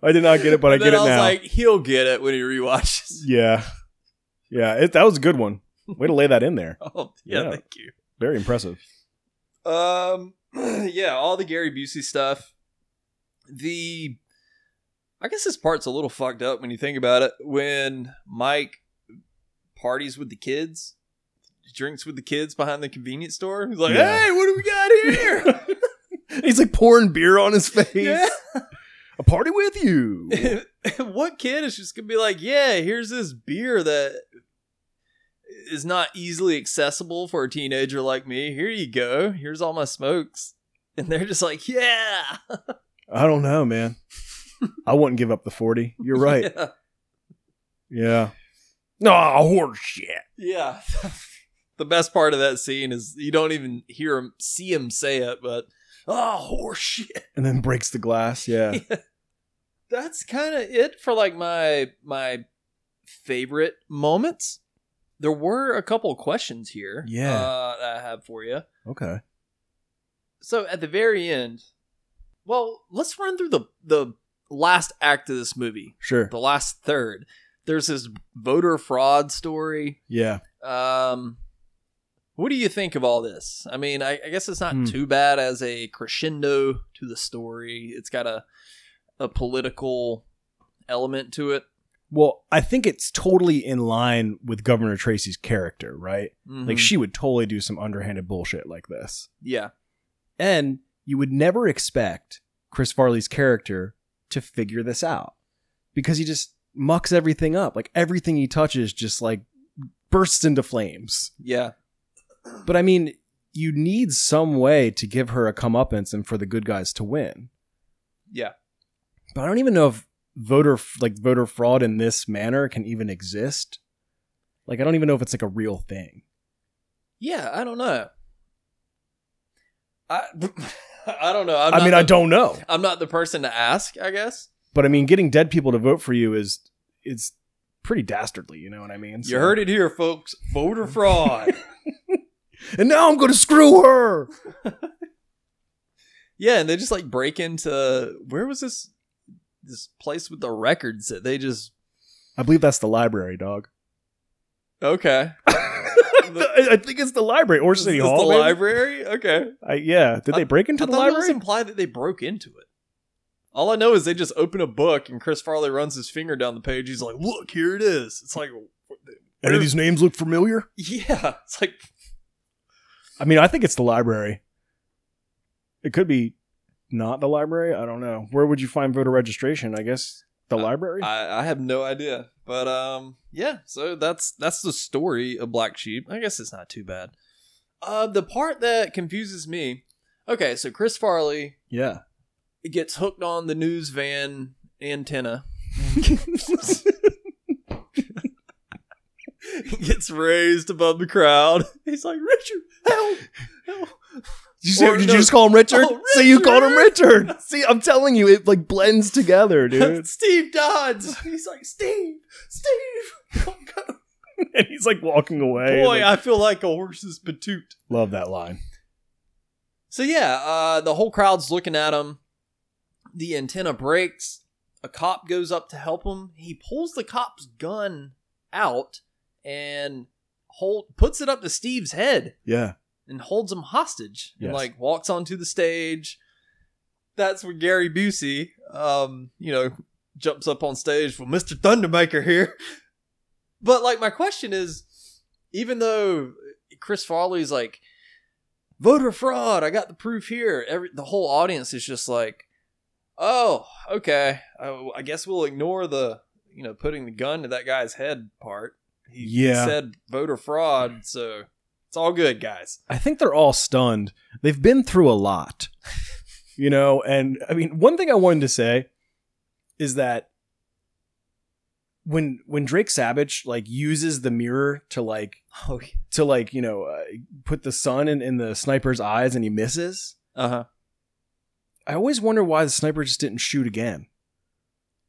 I did not get it, but I
And
get
then
it
I was
now.
like, he'll get it when he rewatches.
yeah. Yeah, it, that was a good one. Way to lay that in there.
Oh, yeah,
Yeah.
thank you.
Very impressive.
Um, yeah, all the Gary Busey stuff. The, I guess this part's a little fucked up when you think about it. When Mike parties with the kids, drinks with the kids behind the convenience store, he's like,
Yeah.
"Hey, what do we got here?"
He's like pouring beer on his face.
Yeah.
A party with you.
And what kid is just gonna be like, "Yeah, here's this beer that is not easily accessible for a teenager like me. Here you go. Here's all my smokes. And they're just like, yeah.
I don't know, man. I wouldn't give up the 40. You're right.
Yeah.
Yeah. No, horse shit.
Yeah. the best part of that scene is you don't even hear him, see him say it, but oh, horseshit.
And then breaks the glass. Yeah.
That's kind of it for like my my favorite moments. There were a couple questions here.
Yeah.
uh, that I have for you.
okay.
So at the very end, well, let's run through the the last act of this movie,
Sure.
the last third. There's this voter fraud story.
Yeah.
Um, what do you think of all this? I mean, I, I guess it's not
Hmm.
too bad as a crescendo to the story. It's got a a political element to it.
Well, I think it's totally in line with Governor Tracy's character, right? Like
Mhm.
she would totally do some underhanded bullshit like this.
yeah,
And you would never expect Chris Farley's character to figure this out because he just mucks everything up. Like everything he touches just like bursts into flames.
yeah,
But I mean, you need some way to give her a comeuppance and for the good guys to win.
yeah.
But I don't even know if voter like voter fraud in this manner can even exist. Like I don't even know if it's like a real thing.
Yeah, I don't know. I I don't know. I'm
I
not
mean,
the,
I don't know.
I'm not the person to ask. I guess
But I mean, getting dead people to vote for you is it's pretty dastardly. You know what I mean?
you heard it here, folks. Voter fraud.
and now I'm going to screw her.
Yeah, and they just like break into where was this this place with the records that they just
I believe that's the library, dog.
okay.
I I think it's the library or
Is
City
this
Hall.
the
maybe?
library. Okay,
I, yeah. Did they break into
I
the
thought it was
library?
implied that they broke into it. All I know is they just open a book and Chris Farley runs his finger down the page. He's like, "Look, here it is." It's like,
Any of these names look familiar?
yeah, it's like,
I mean, I think it's the library. It could be not the library. I don't know. Where would you find voter registration? I guess the library.
Uh, I, I have no idea. But um, yeah. So that's that's the story of Black Sheep. I guess it's not too bad. Uh, the part that confuses me. Okay, so Chris Farley
yeah.
gets hooked on the news van antenna. gets raised above the crowd. He's like, Richard, help! help.
Did you, say-
Or
did
no-
you just call him Richard?
Oh,
So you called him
Richard!
Richard. See, I'm telling you, it like blends together, dude.
Steve Dodds! He's like, Steve! Steve! Go, go."
and he's like walking away.
Boy,
like-
I feel like a horse's patoot.
love that line.
So yeah, uh, the whole crowd's looking at him. The antenna breaks. A cop goes up to help him. He pulls the cop's gun out and hold puts it up to Steve's head
Yeah.
and holds him hostage. And
Yes.
like walks onto the stage. That's when Gary Busey, um, you know, jumps up on stage. Well, Mister Thundermaker here. But like, my question is, even though Chris Farley's like voter fraud, I got the proof here. Every the whole audience is just like, oh, okay, I, I guess we'll ignore the you know putting the gun to that guy's head part. He
Yeah.
said voter fraud, so it's all good, guys.
I think they're all stunned. They've been through a lot, you know. And I mean, one thing I wanted to say is that when when Drake Savage like uses the mirror to like
Oh,
to like you know uh, put the sun in, in the sniper's eyes and he misses,
uh huh.
I always wonder why the sniper just didn't shoot again.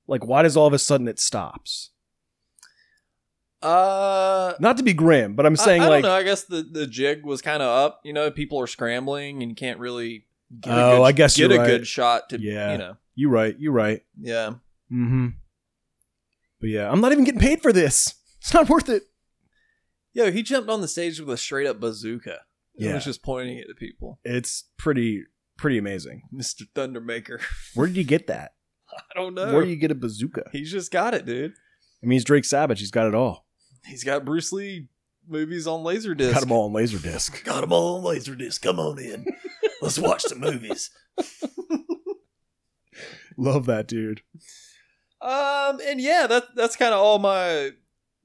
Like, why does all of a sudden it stops?
Uh,
Not to be grim, but I'm saying
I, I
like,
don't know. I guess the the jig was kind of up. You know, people are scrambling and you can't really. Get
Oh,
a good,
I guess
get
you're
a
right.
good shot to
Yeah.
you know
you right, you right.
yeah.
Mm-hmm. But yeah, I'm not even getting paid for this. It's not worth it.
Yo, he jumped on the stage with a straight up bazooka. Yeah.
Yeah.
He was just pointing it at people.
It's pretty pretty amazing.
Mr. Thundermaker.
Where did you get that?
I don't know.
Where do you get a bazooka?
He's just got it, dude.
I mean, he's Drake Savage. He's got it all.
He's got Bruce Lee movies on Laserdisc.
Got them all on Laserdisc.
Got 'em all on Laserdisc. Come on in. Let's watch the movies.
Love that dude.
Um, and yeah, that that's kind of all my,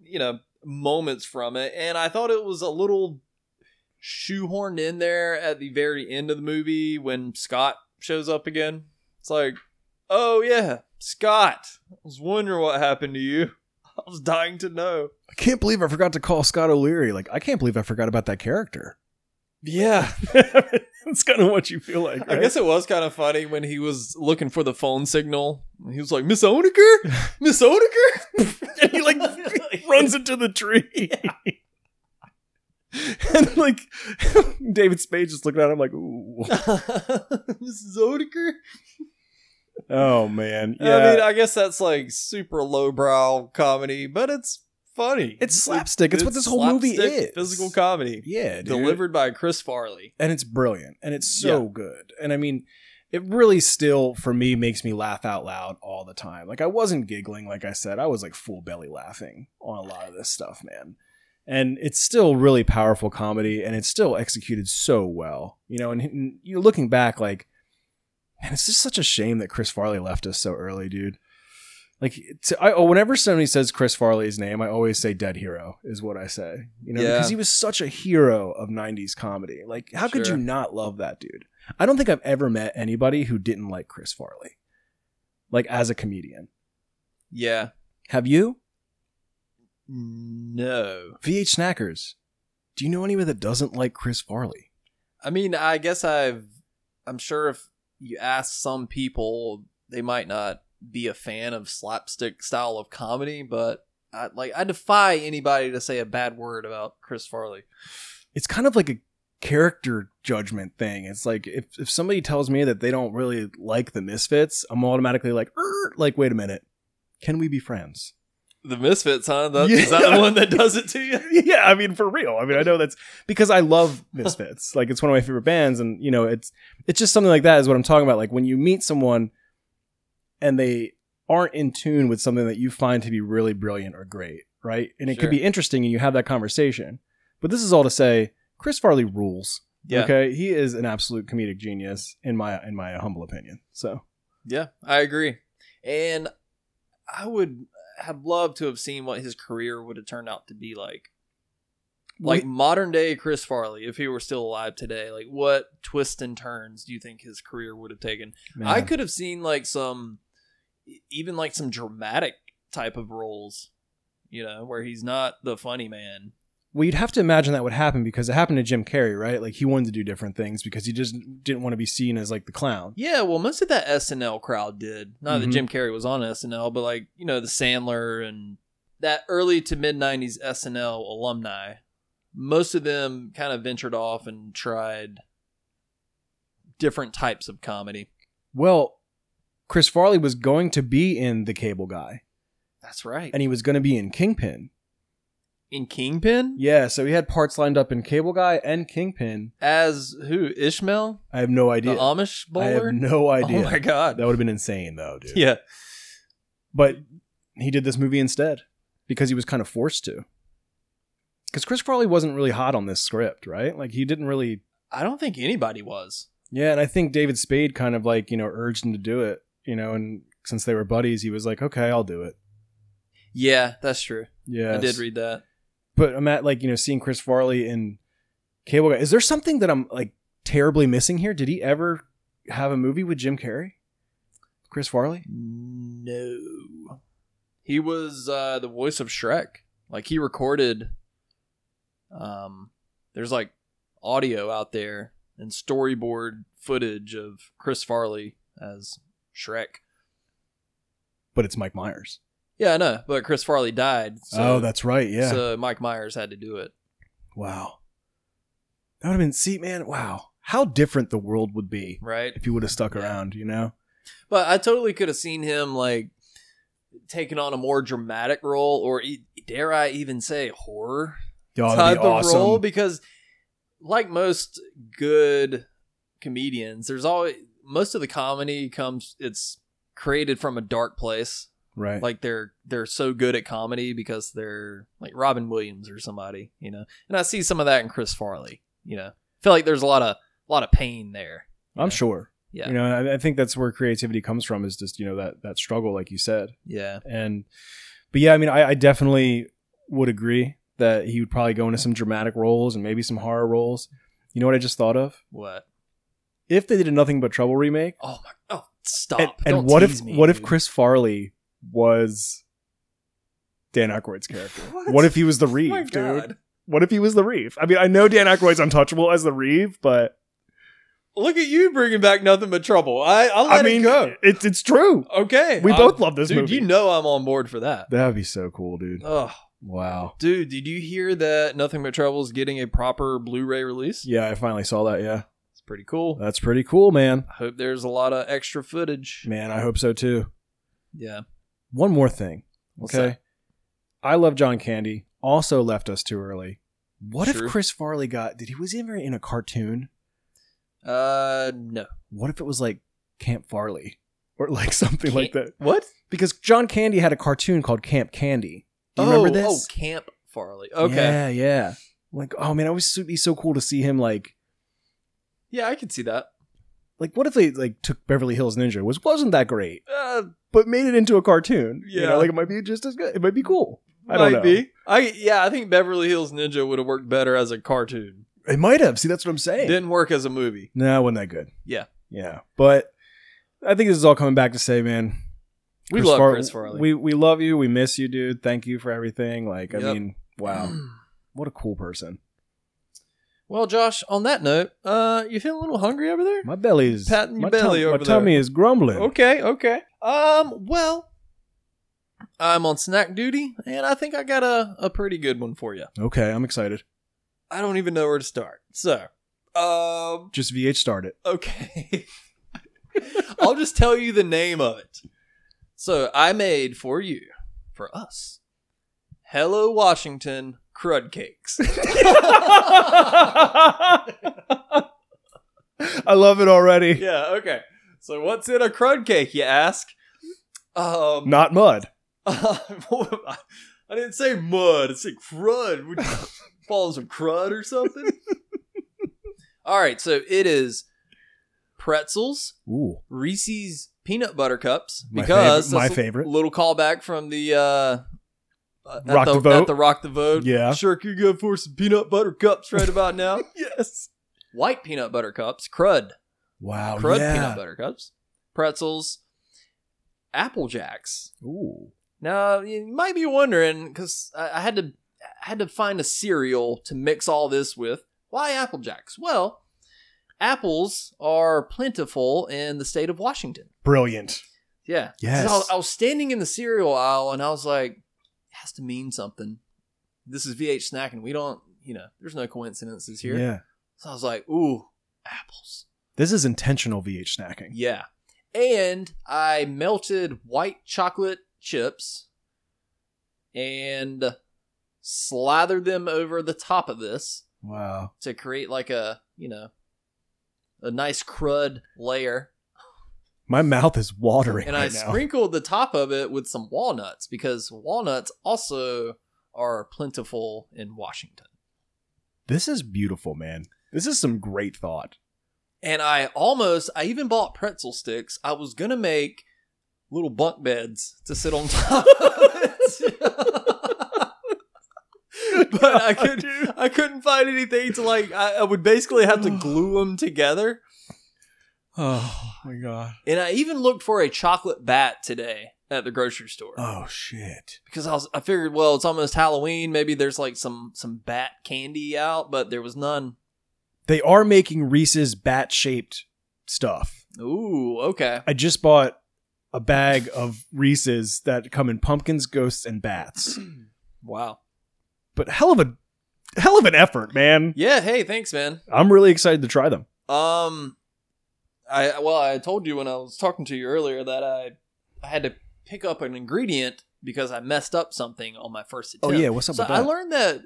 you know, moments from it, and I thought it was a little shoehorned in there at the very end of the movie when Scott shows up again. It's like, oh yeah, Scott. I was wondering what happened to you. I was dying to know.
I can't believe I forgot to call Scott O'Leary. Like, I can't believe I forgot about that character.
Yeah,
That's kind of what you feel like.
I guess it was kind of funny when he was looking for the phone signal. He was like, Miss Onaker? Miss Onaker?
and he like runs into the tree. and like David Spade just looking at him like, ooh.
Mrs. Onaker?
Oh man.
I mean, I guess that's like super lowbrow comedy, but it's funny.
it's slapstick. It's, what this whole movie
slapstick
is.
Physical comedy.
Yeah, dude.
Delivered by Chris Farley.
and it's brilliant and it's so good and i mean it really still for me makes me laugh out loud all the time like i wasn't giggling like i said i was like full belly laughing on a lot of this stuff man and it's still really powerful comedy and it's still executed so well you know and, and you're looking back like man it's just such a shame that chris farley left us so early dude like to, I, oh, whenever somebody says chris farley's name i always say dead hero is what i say you know
Yeah.
because he was such a hero of 90s comedy like how could
Sure.
you not love that dude i don't think i've ever met anybody who didn't like chris farley like as a comedian
Yeah.
have you
No.
vh snackers do you know anybody that doesn't like chris farley
I mean, I guess I've. I'm sure if you ask some people, they might not be a fan of slapstick style of comedy, but I, like I defy anybody to say a bad word about Chris Farley.
it's kind of like a character judgment thing. It's like if, if somebody tells me that they don't really like the Misfits, I'm automatically like, "Er," like, wait a minute, can we be friends?
The Misfits, huh? That, Is
Yeah.
that the one that does it to you?
yeah, I mean for real. I mean, I know that's because I love Misfits. like it's one of my favorite bands, and you know, it's it's just something like that is what I'm talking about. Like when you meet someone and they aren't in tune with something that you find to be really brilliant or great, right? And it
Sure.
could be interesting, and you have that conversation. But this is all to say, Chris Farley rules.
Yeah.
Okay, he is an absolute comedic genius in my in my humble opinion. So
Yeah, I agree. And I would have loved to have seen what his career would have turned out to be like. Like modern day Chris Farley, if he were still alive today, like what twists and turns do you think his career would have taken?
Man,
I could have seen like some, e, even like some dramatic type of roles, you know, where he's not the funny man.
well, you'd have to imagine that would happen because it happened to Jim Carrey, right? Like he wanted to do different things because he just didn't want to be seen as like the clown.
Yeah, well, most of that SNL crowd did. Not that
Mhm.
Jim Carrey was on SNL, but like you know the Sandler and that early to mid '90s SNL alumni. Most of them kind of ventured off and tried different types of comedy.
Well, Chris Farley was going to be in The Cable Guy,
That's right.
and he was going to be in Kingpin.
In Kingpin,
Yeah, so he had parts lined up in Cable Guy and Kingpin.
as who? Ishmael,
I have no
the
idea.
Amish
I
bowler.
have no idea.
Oh my god.
That would have been insane, though, dude.
yeah.
But he did this movie instead because he was kind of forced to. Because Chris Farley wasn't really hot on this script, right? Like he didn't really.
I don't think anybody was.
Yeah, and I think David Spade kind of like you know urged him to do it, you know, and since they were buddies, he was like, okay, I'll do it.
Yeah, that's true.
Yeah,
I did read that.
But I'm at like you know seeing Chris Farley in Cable Guy. Is there something that I'm like terribly missing here? Did he ever have a movie with Jim Carrey? Chris Farley?
No. He was uh, the voice of Shrek. Like he recorded um there's like audio out there and storyboard footage of Chris Farley as Shrek.
But it's Mike Myers.
Yeah, I know, but Chris Farley died. So,
oh, that's right. Yeah.
So Mike Myers had to do it.
Wow. That would have been see, man. Wow, how different the world would be
Right?
if you would have stuck
Yeah.
around. You know?
But I totally could have seen him like taking on a more dramatic role or e- dare I even say horror
Y'all
type
that'd
of
be awesome.
role because like most good comedians there's always most of the comedy comes it's created from a dark place
right?
like they're they're so good at comedy because they're like robin williams or somebody you know and i see some of that in chris farley you know I feel like there's a lot of a lot of pain there
I'm sure.
yeah
You know, and I, I think that's where creativity comes from. Is just you know that that struggle, like you said,
yeah
and but yeah, I mean, I, I definitely would agree that he would probably go into some dramatic roles and maybe some horror roles. You know what I just thought of?
What?
If they did a Nothing But Trouble remake,
Oh my! Oh, stop!
and, and
Don't
what if
tease me,
what if
dude.
Chris Farley was Dan Aykroyd's character?
What?
if he was the
Oh my
Reeve, dude?
God.
What if he was the Reeve? I mean, I know Dan Aykroyd's untouchable as the Reeve, but
Look at you bringing back nothing but trouble. I I'll
I
let
mean,
it go.
it's it's true.
Okay,
We
I'll-
both love this
dude.
movie.
You know I'm on board for that.
that would be so cool, dude.
Ugh,
Wow.
dude, did you hear that Nothing But Trouble is getting a proper Blu-ray release?
Yeah, Uh, I finally saw that. Yeah,
It's pretty cool.
that's pretty cool, man.
I hope there's a lot of extra footage.
Man, I hope so too.
Yeah.
One more thing,
What's
okay? I love John Candy. Also left us too early. What
True.
if Chris Farley got? Did he was he ever in a cartoon?
Uh, no.
what if it was like Camp Farley or like something like that?
What?
Because John Candy had a cartoon called Camp Candy. Do you remember
Oh,
this?
Camp Farley. Okay.
Yeah,
Yeah,
yeah. Like, oh man, it would so- be so cool to see him like
I can see that.
like what if they like took Beverly Hills Ninja, which wasn't that great,
Uh,
but made it into a cartoon. You
Yeah.
know, like it might be just as good. It might be cool. I
might
don't know.
be. I yeah, I think Beverly Hills Ninja would have worked better as a cartoon.
It might have. See, that's what I'm saying.
Didn't work as a movie.
no, it wasn't that good.
Yeah.
Yeah. But I think this is all coming back to say, man,
We
Chris
love
Far-
Chris Farley.
We we love you. We miss you, dude. Thank you for everything. Like, I
Yep.
mean, wow, what a cool person.
Well, Josh, on that note, uh, you feeling a little hungry over there?
My belly's
Patting your
my
belly
tum-
over
my tummy is grumbling.
Okay, okay. Um, well, I'm on snack duty, and I think I got a, a pretty good one for you.
Okay, I'm excited.
I don't even know where to start. So, um,
Just VH start it.
okay. I'll just tell you the name of it. So, I made for you, for us, Hello Washington crud cakes.
I love it already.
yeah, okay. So, what's in a crud cake, you ask? Um,
Not mud.
Uh, I didn't say mud. I said crud. Would you fall on some crud or something? All right, so it is pretzels,
Ooh,
Reese's peanut butter cups
My
because
favorite- my
that's a
favorite.
little callback from the uh, uh, at
Rock
the,
the Vote.
at the rock the vote.
Yeah.
sure, you're good for some peanut butter cups right about now.
yes.
White peanut butter cups, crud,
Wow.
crud
Oh, yeah.
peanut butter cups, pretzels, apple jacks.
Ooh.
Now you might be wondering because I, I had to I had to find a cereal to mix all this with. Why Apple Jacks? Well, apples are plentiful in the state of Washington.
Brilliant.
Yeah.
Yes.
So I was- I was standing in the cereal aisle and I was like, it has to mean something. This is VH Snack and we don't, you know, there's no coincidences here.
Yeah.
So I was like, ooh, apples.
This is intentional VH snacking.
Yeah. And I melted white chocolate chips and slathered them over the top of this
Wow.
to create like a, you know, a nice crud layer.
My mouth is watering
And I
right now.
sprinkled the top of it with some walnuts because walnuts also are plentiful in Washington.
This is beautiful, man. This is some great thought.
And I almost, I even bought pretzel sticks. I was going to make little bunk beds to sit on top of it. but I could I couldn't find anything to like. I, I would basically have to glue them together,
Oh my god.
and I even looked for a chocolate bat today at the grocery store
Oh shit.
because I was I figured, well, it's almost Halloween. Maybe there's like some some bat candy out, but there was none.
They are making Reese's bat shaped stuff.
Ooh, okay.
I just bought a bag of Reese's that come in pumpkins, ghosts, and bats.
Wow.
But hell of a hell of an effort, man.
Yeah. Hey, thanks, man.
I'm really excited to try them.
Um, I well, I told you when I was talking to you earlier that I I had to pick up an ingredient because I messed up something on my first
Oh
attempt.
yeah, what's up
so
with
I
that?
learned that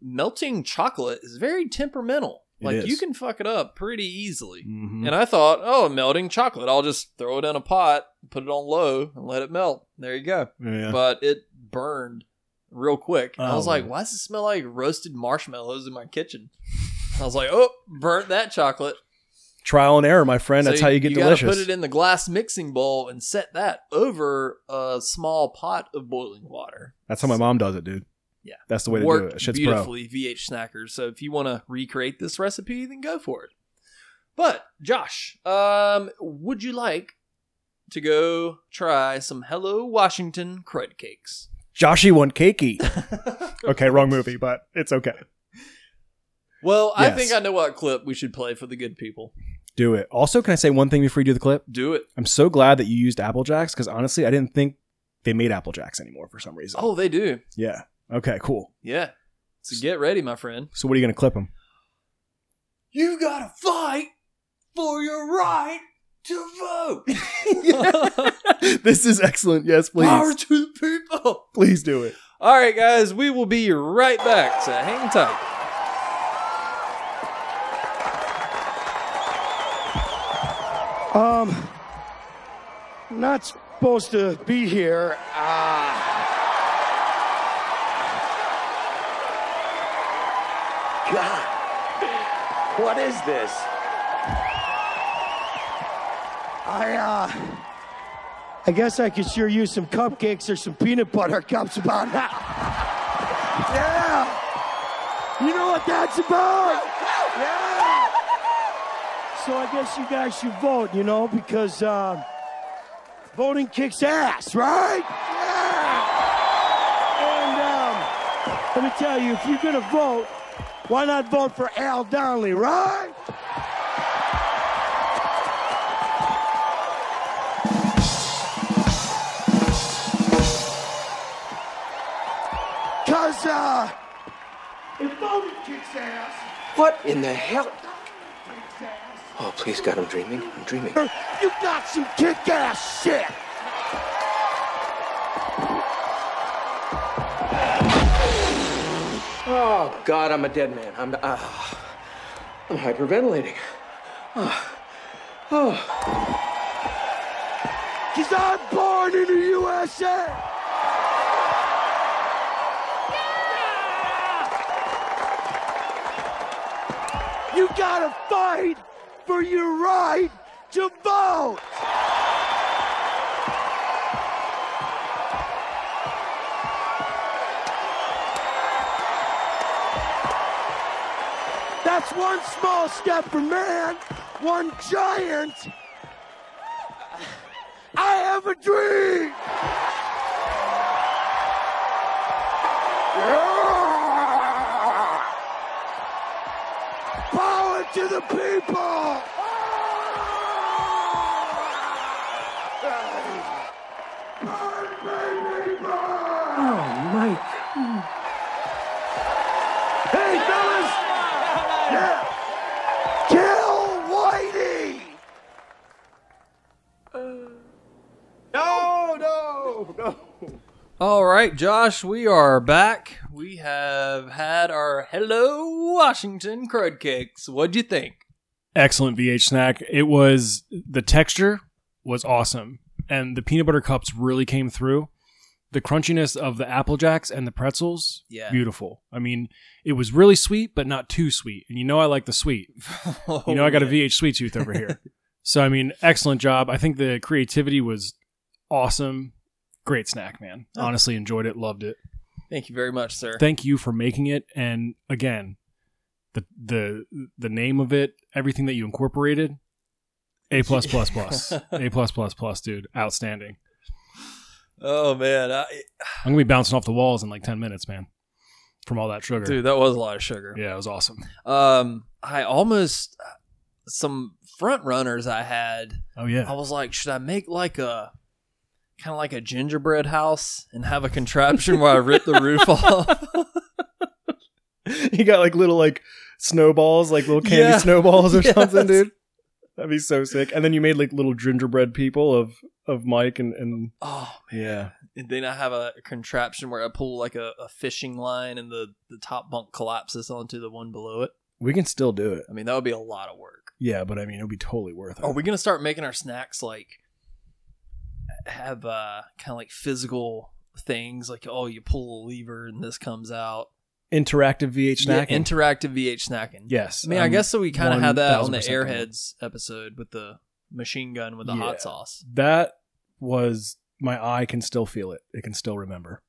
melting chocolate is very temperamental.
It
Like
is.
you can fuck it up pretty easily.
Mhm.
And I thought, oh, melting chocolate, I'll just throw it in a pot, put it on low, and let it melt. There you go.
Yeah.
But it burned real quick. And I
Uh. Oh,
was like,
man.
why does it smell like roasted marshmallows in my kitchen? I was like, oh, burnt that chocolate.
Trial and error, my friend.
So
That's how you get
gotta
delicious.
Put it in the glass mixing bowl and set that over a small pot of boiling water.
That's how my mom does it, dude.
Yeah.
that's the way to do
worked
it. Shit's pro.
beautifully, VH Snackers. So if you want to recreate this recipe, then go for it. But Josh, um, would you like to go try some Hello Washington crud cakes?
Joshy want cakey. Okay, wrong movie, but it's okay.
well, I
Yes.
think I know what clip we should play for the good people.
Do it. Also, can I say one thing before you do the clip?
Do it.
I'm so glad that you used Apple Jacks because honestly, I didn't think they made Apple Jacks anymore for some reason.
Oh, they do.
yeah. Okay, cool.
Yeah. So get ready, my friend.
So what are you gonna clip them?
You gotta fight for your right to vote.
this is excellent. Yes, please,
Power to the people.
please do it.
All right, guys, we will be right back. So hang tight.
Um, not supposed to be here. Ah. God, what is this? I, uh, I guess I could sure use some cupcakes or some peanut butter cups about now. Yeah! You know what that's about? Yeah! So I guess you guys should vote, you know, because uh, voting kicks ass, right? Yeah. And um, let me tell you, if you're gonna vote, why not vote for Al Donnelly, right? Cause uh, if voting kicks ass,
What in the hell?
kicks ass.
Oh, please, God, I'm dreaming. I'm dreaming.
You got some kick-ass shit.
Oh, God, I'm a dead man. I'm, uh, I'm hyperventilating.
Cause I'm born in the USA. You gotta fight for your right to vote. That's one small step for man, one giant. I have a dream. Power to the people. Oh, Mike. Hey, fellas. Yeah. Kill Whitey. No, no, no.
All right, Josh, we are back. We have had our Hello Washington crud cakes. What'd you think?
excellent VH snack. It was the texture was awesome, and the peanut butter cups really came through. The crunchiness of the apple jacks and the pretzels,
Yeah.
beautiful. I mean, it was really sweet, but not too sweet. And you know, I like the sweet. You
Oh,
know, I got a VH sweet tooth over here. so I mean, excellent job. I think the creativity was awesome. Great snack, man. Honestly, enjoyed it, loved it.
Thank you very much, sir.
Thank you for making it. And again, the the the name of it, everything that you incorporated, a plus plus plus, a plus plus plus, dude, outstanding.
oh man, I,
I'm gonna be bouncing off the walls in like ten minutes, man, from all that sugar.
dude, that was a lot of sugar.
Yeah, it was awesome.
Um, I almost some front runners I had.
Oh
I
yeah,
was like, should I make like a kind of like a gingerbread house and have a contraption where I rip the roof off?
You got like little like snowballs, like little candy
Yeah.
snowballs or
Yes.
something, dude. That'd be so sick. And then you made like little gingerbread people of of Mike and and
oh
yeah.
And then I have a contraption where I pull like a, a fishing line and the, the top bunk collapses onto the one below it.
We can still do it.
I mean, that would be a lot of work.
Yeah, but I mean, it'll be totally worth it.
Are we going to start making our snacks like have uh, kind of like physical things? Like, oh, you pull a lever and this comes out.
interactive VH
Yeah,
snack.
interactive VH snacking.
yes. um,
I mean, I
I'm-
guess so. We kind of had that on
1000% on
the
it.
Airheads episode with the machine gun with the
Yeah.
hot sauce.
that was my eye can still feel it. It can still remember.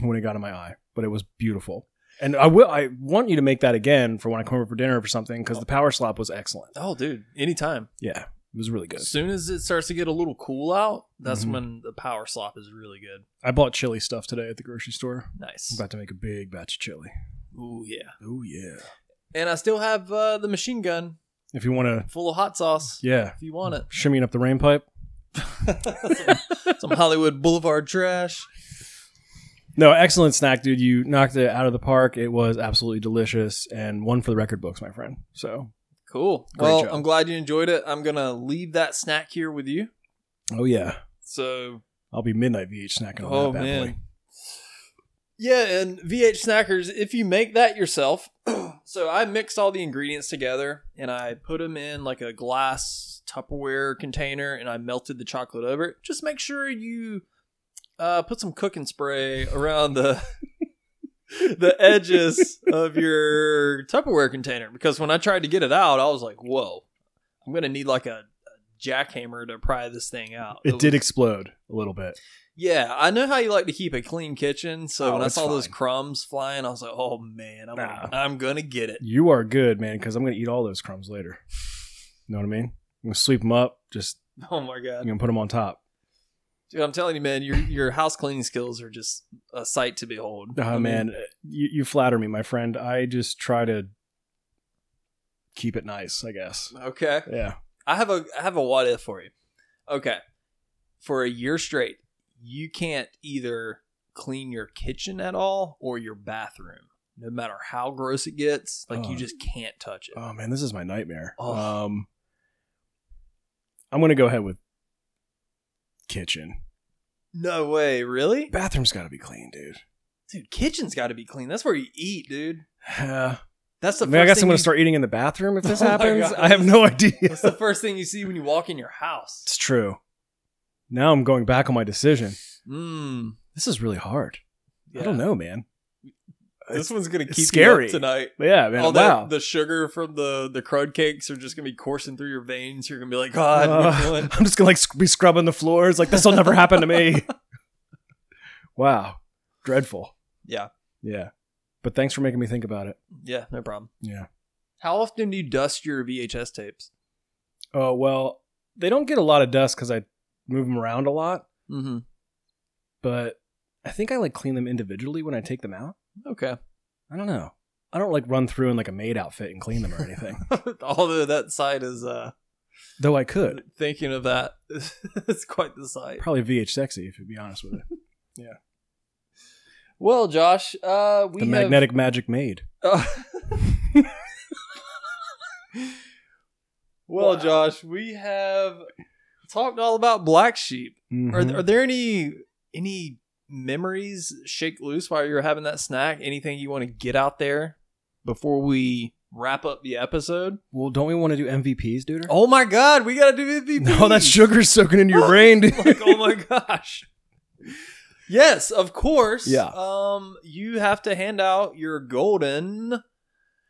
when it got in my eye, but it was beautiful. And I will. I want you to make that again for when I come over for dinner or for something because the power slap was excellent.
Oh, dude, anytime.
Yeah, it was really good.
As soon as it starts to get a little cool out, that's
Mhm.
when the power slop is really good.
I bought chili stuff today at the grocery store. I'm
Nice.
about to make a big batch of chili.
Ooh, yeah.
Oh yeah!
And I still have uh, the machine gun
If you want to,
full of hot sauce.
yeah,
If you want it,
shimmying up the rain pipe.
some Hollywood Boulevard trash.
No, excellent snack, dude. You knocked it out of the park. It was absolutely delicious and one for the record books, my friend. So,
Cool.
Great
well,
job.
I'm glad you enjoyed it. I'm gonna leave that snack here with you.
oh yeah,
So
I'll be midnight VH snacking on
Oh
that bad
man.
boy.
Yeah, and VH Snackers, if you make that yourself, so I mixed all the ingredients together and I put them in like a glass Tupperware container and I melted the chocolate over it. Just make sure you uh, put some cooking spray around the the edges of your Tupperware container because when I tried to get it out, I was like, "Whoa, I'm gonna need like a, a jackhammer to pry this thing out."
It did
was-
explode a little bit.
yeah, I know how you like to keep a clean kitchen. So
Oh,
when I
it's
saw those
fine.
crumbs flying, I was like, "Oh man, I'm gonna, I'm gonna get it."
You are good, man, because I'm gonna eat all those crumbs later. You know what I mean? I'm gonna sweep them up. Just
Oh my
I'm
god,
gonna put them on top.
dude! I'm telling you, man, your your house cleaning skills are just a sight to behold.
Oh
I mean,
man, you, you flatter me, my friend. I just try to keep it nice, I guess.
Okay,
Yeah.
I have a I have a what if for you. Okay, for a year straight, you can't either clean your kitchen at all or your bathroom. No matter how gross it gets, like you
Oh.
just can't touch it.
Oh man, this is my nightmare.
Oh.
Um, I'm gonna go ahead with kitchen.
no way, really,
Bathroom's got to be clean, dude.
dude. Kitchen's got to be clean. That's where you eat, dude.
Uh,
That's
I
the.
mean, I
first
guess
thing
I'm
you-
gonna start eating in the bathroom if this
Oh my
happens.
God.
I have no idea.
That's the first thing you see when you walk in your house.
it's true. Now I'm going back on my decision.
Mm,
This is really hard. I
yeah.
don't know, man.
This one's gonna
it's
keep
scary.
you up tonight.
Yeah, man.
All
wow.
that the sugar from the the crud cakes are just gonna be coursing through your veins. You're gonna be like, God, what
Uh,
am I doing?"
I'm just gonna like sc- be scrubbing the floors. Like this will never happen to me. wow, dreadful.
Yeah.
yeah. But thanks for making me think about it.
yeah, no problem.
Yeah.
How often do you dust your VHS tapes?
Oh well, they don't get a lot of dust because I move them around a lot.
Mm-hmm.
But I think I like clean them individually when I take them out.
Okay.
I don't know. I don't like run through in like a maid outfit and clean them or anything.
Although that side is uh
Though I could
thinking of that, it's quite the sight.
probably VH sexy if you be honest with it.
Well, Josh, uh, we
the
have-
magnetic magic maid.
well, Josh, we have talked all about Black Sheep.
Mhm.
Are, are there any any memories shake loose while you're having that snack? Anything you want to get out there before we wrap up the episode?
well, don't we want to do MVPs, dude?
Oh my God, we gotta do MVP.
no, that sugar's soaking into your brain, dude.
like oh my gosh. Yes, of course.
Yeah.
Um, you have to hand out your golden.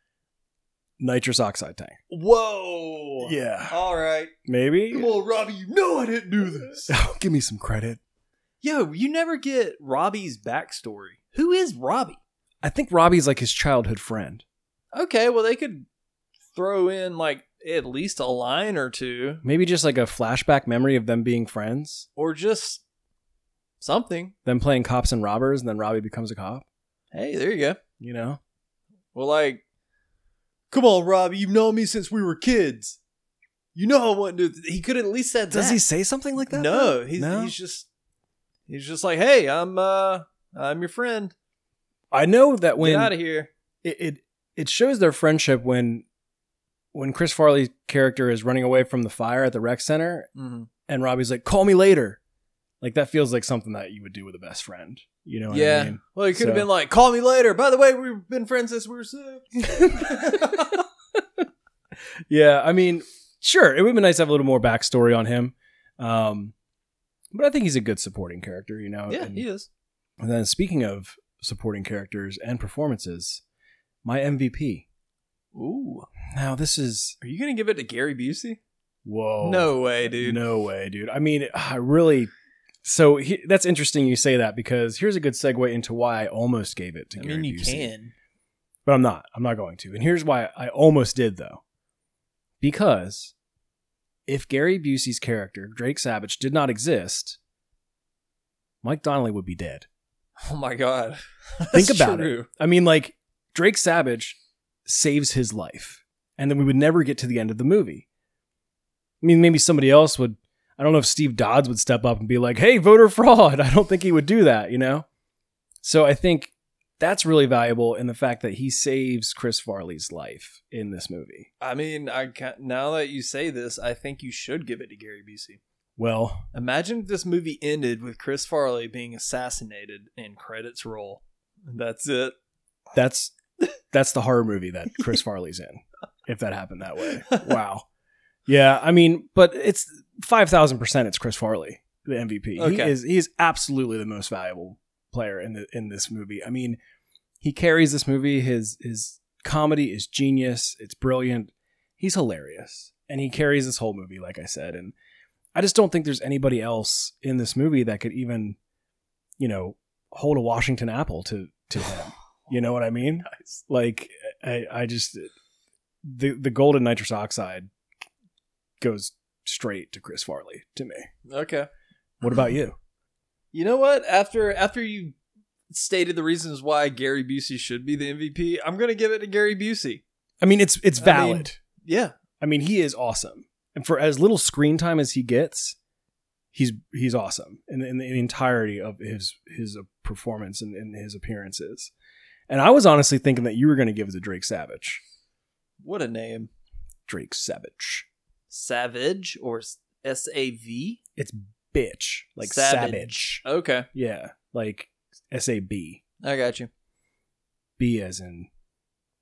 Nitrous oxide tank.
Whoa.
Yeah,
All right. Come
maybe.
on, Robbie. You know I didn't do this.
Give me some credit.
Yo, you never get Robbie's backstory. Who is Robbie?
I think Robbie's like his childhood friend.
Okay, well they could throw in like at least a line or two,
Maybe just like a flashback memory of them being friends.
or just something.
them playing cops and robbers, and then Robbie becomes a cop.
Hey, there you go.
You know,
Well, like, come on, Robbie. You've known me since we were kids. You know I wouldn't do. Th-. He could at least said
does
that.
he say something like that?
No,
though?
he's,
no.
he's just he's just like, hey, I'm uh I'm your friend.
I know that
Get out
when
of here.
it, it it shows their friendship when when Chris Farley's character is running away from the fire at the rec center,
Mm-hmm.
and Robbie's like, "Call me later." Like that feels like something that you would do with a best friend. You know what
yeah.
I mean?
Well, he could have
So-
been like, call me later. By the way, we've been friends since we were six.
Yeah, I mean, sure, it would have been nice to have a little more backstory on him. Um, but I think he's a good supporting character, you know.
yeah,
and-
he is.
And then speaking of supporting characters and performances, my MVP.
Ooh.
Now this is
Are you going to give it to Gary Busey?
whoa.
no way, dude.
No way, dude. I mean, I ah, really So he, that's interesting you say that because here's a good segue into why I almost gave it to
I
Gary
mean, you
Busey.
can.
But I'm not. I'm not going to. And here's why I almost did though. Because if Gary Busey's character, Drake Savage, did not exist, Mike Donnelly would be dead.
Oh my god.
Think
That's
about
true.
it. I mean, like Drake Savage saves his life, and then we would never get to the end of the movie. I mean, maybe somebody else would. I don't know if Steve Dodds would step up and be like, "Hey, voter fraud." I don't think he would do that, you know. So I think that's really valuable in the fact that he saves Chris Farley's life in this movie.
I mean, I can now that you say this, I think you should give it to Gary Busey.
Well,
Imagine if this movie ended with Chris Farley being assassinated and credits roll. That's it.
that's that's the horror movie that Chris Farley's in. If that happened that way, wow. Yeah, I mean, but it's five thousand percent. It's Chris Farley, the MVP. He
Okay.
is he is absolutely the most valuable player in the in this movie. I mean, he carries this movie. His his comedy is genius. It's brilliant. He's hilarious, and he carries this whole movie. Like I said, and I just don't think there's anybody else in this movie that could even, you know, hold a Washington apple to to him. You know what I mean? Like I, I just the the golden nitrous oxide goes straight to Chris Farley to me.
Okay.
What
Hmm.
about you?
You know what? After after you stated the reasons why Gary Busey should be the MVP, I'm gonna give it to Gary Busey.
I mean, it's it's
I mean-
valid.
Yeah.
I mean, he is awesome, and for as little screen time as he gets, he's he's awesome in, in the entirety of his his uh, performance and, and his appearances. And I was honestly thinking that you were going to give it to Drake Savage.
What a name.
Drake Savage.
Savage or S A V?
It's bitch like savage.
Savage. Okay.
Yeah, like S A B.
I got you.
B as in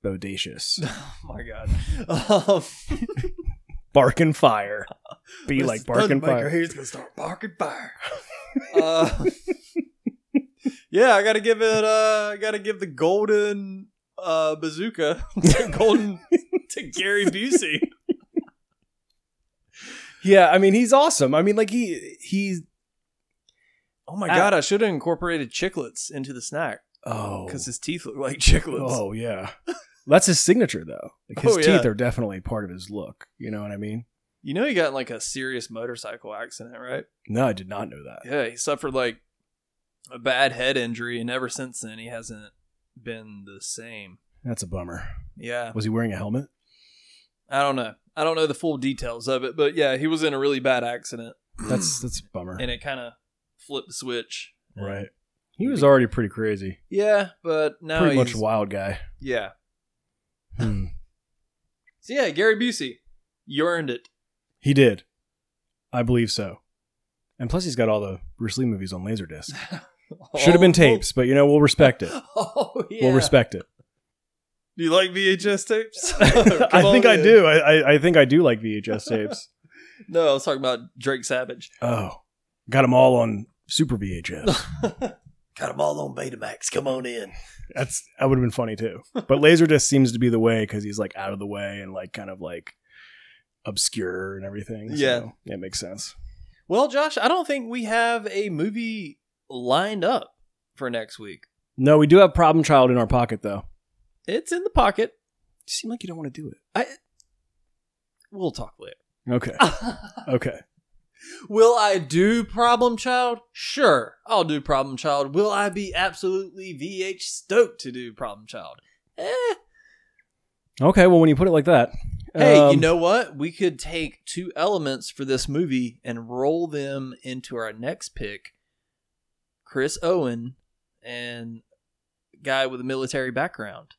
bodacious.
Oh my god. Um,
bark and fire. Be
This
like bark and
Thundermaker
fire.
here is gonna start barking fire. uh, yeah, I gotta give it. Uh, I gotta give the golden uh, bazooka, to golden to Gary Busey.
Yeah, I mean he's awesome. I mean like he he's
Oh my
Ah.
god, I should have incorporated chiclets into the snack
oh
because his teeth look like chiclets.
oh yeah. That's his signature though. Like his
Oh, yeah.
teeth are definitely part of his look. You know what I mean?
You know, he got in like a serious motorcycle accident, right?
No, I did not know that.
Yeah, he suffered like a bad head injury, and ever since then, he hasn't been the same.
That's a bummer.
Yeah.
Was he wearing a helmet?
I don't know. I don't know the full details of it, but yeah, he was in a really bad accident,
That's that's a bummer.
and it kind of flipped the switch.
Right. He was already pretty crazy.
Yeah, but now
pretty
he's
much a wild guy.
yeah.
Hmm.
So yeah, Gary Busey, you earned it.
He did. I believe so. And plus, he's got all the Bruce Lee movies on Laserdisc. Should have been tapes, but you know, we'll respect it.
Oh yeah.
We'll respect it.
Do you like VHS tapes?
I think I do. I, I, I think I do like VHS tapes.
No, I was talking about Drake Savage.
oh, got them all on Super VHS.
Got them all on Betamax. Come on in.
That's that would have been funny too. But Laserdisc seems to be the way because he's like out of the way and like kind of like obscure and everything.
Yeah.
so, yeah, it makes sense.
Well, Josh, I don't think we have a movie lined up for next week.
No, we do have Problem Child in our pocket though.
It's in the pocket.
You seem like you don't want to do it.
We'll talk later.
Okay, okay.
Will I do Problem Child? Sure, I'll do Problem Child. Will I be absolutely VH stoked to do Problem Child? Eh.
Okay, well, when you put it like that,
Hey, you
um,
know what? We could take two elements for this movie and roll them into our next pick Chris Owen and guy with a military background.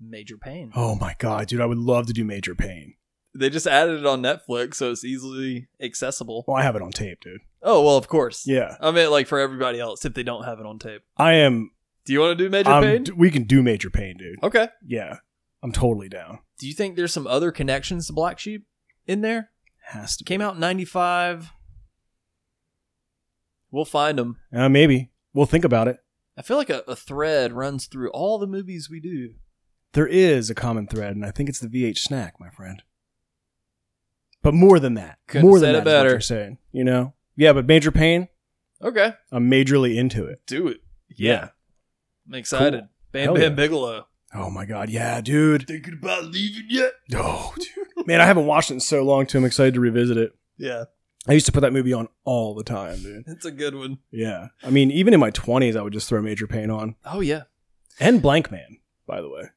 Major Payne.
Oh my god, dude, I would love to do Major Pain.
They just added it on Netflix, so it's easily accessible.
Well, I have it on tape, dude.
Oh, well, of course.
Yeah,
I meant like for everybody else if they don't have it on tape.
I am.
Do you want to do Major
I'm-
Payne?
d- we can do Major Pain, dude.
okay.
Yeah, I'm totally down.
Do you think there's some other connections to Black Sheep in there?
Has to
Came out in 95. We'll find them.
Uh, maybe we'll think about it.
I feel like a, a thread runs through all the movies we do.
There is a common thread, and I think it's the VH snack, my friend. But more than that,
Couldn't
more
have
than
said it
that is what
better.
you're saying, you know, Yeah, but Major Pain,
Okay,
I'm majorly into it.
do it.
Yeah.
I'm excited. Bam
Hell
Bam
yeah.
Bigelow.
Oh my god, yeah, dude.
Thinking about leaving yet?
Oh, dude. Man, I haven't watched it in so long too. I'm excited to revisit it.
Yeah,
I used to put that movie on all the time, dude.
it's a good one.
Yeah. I mean, even in my 20s, I would just throw Major Pain on.
Oh yeah,
And Blank Man, by the way.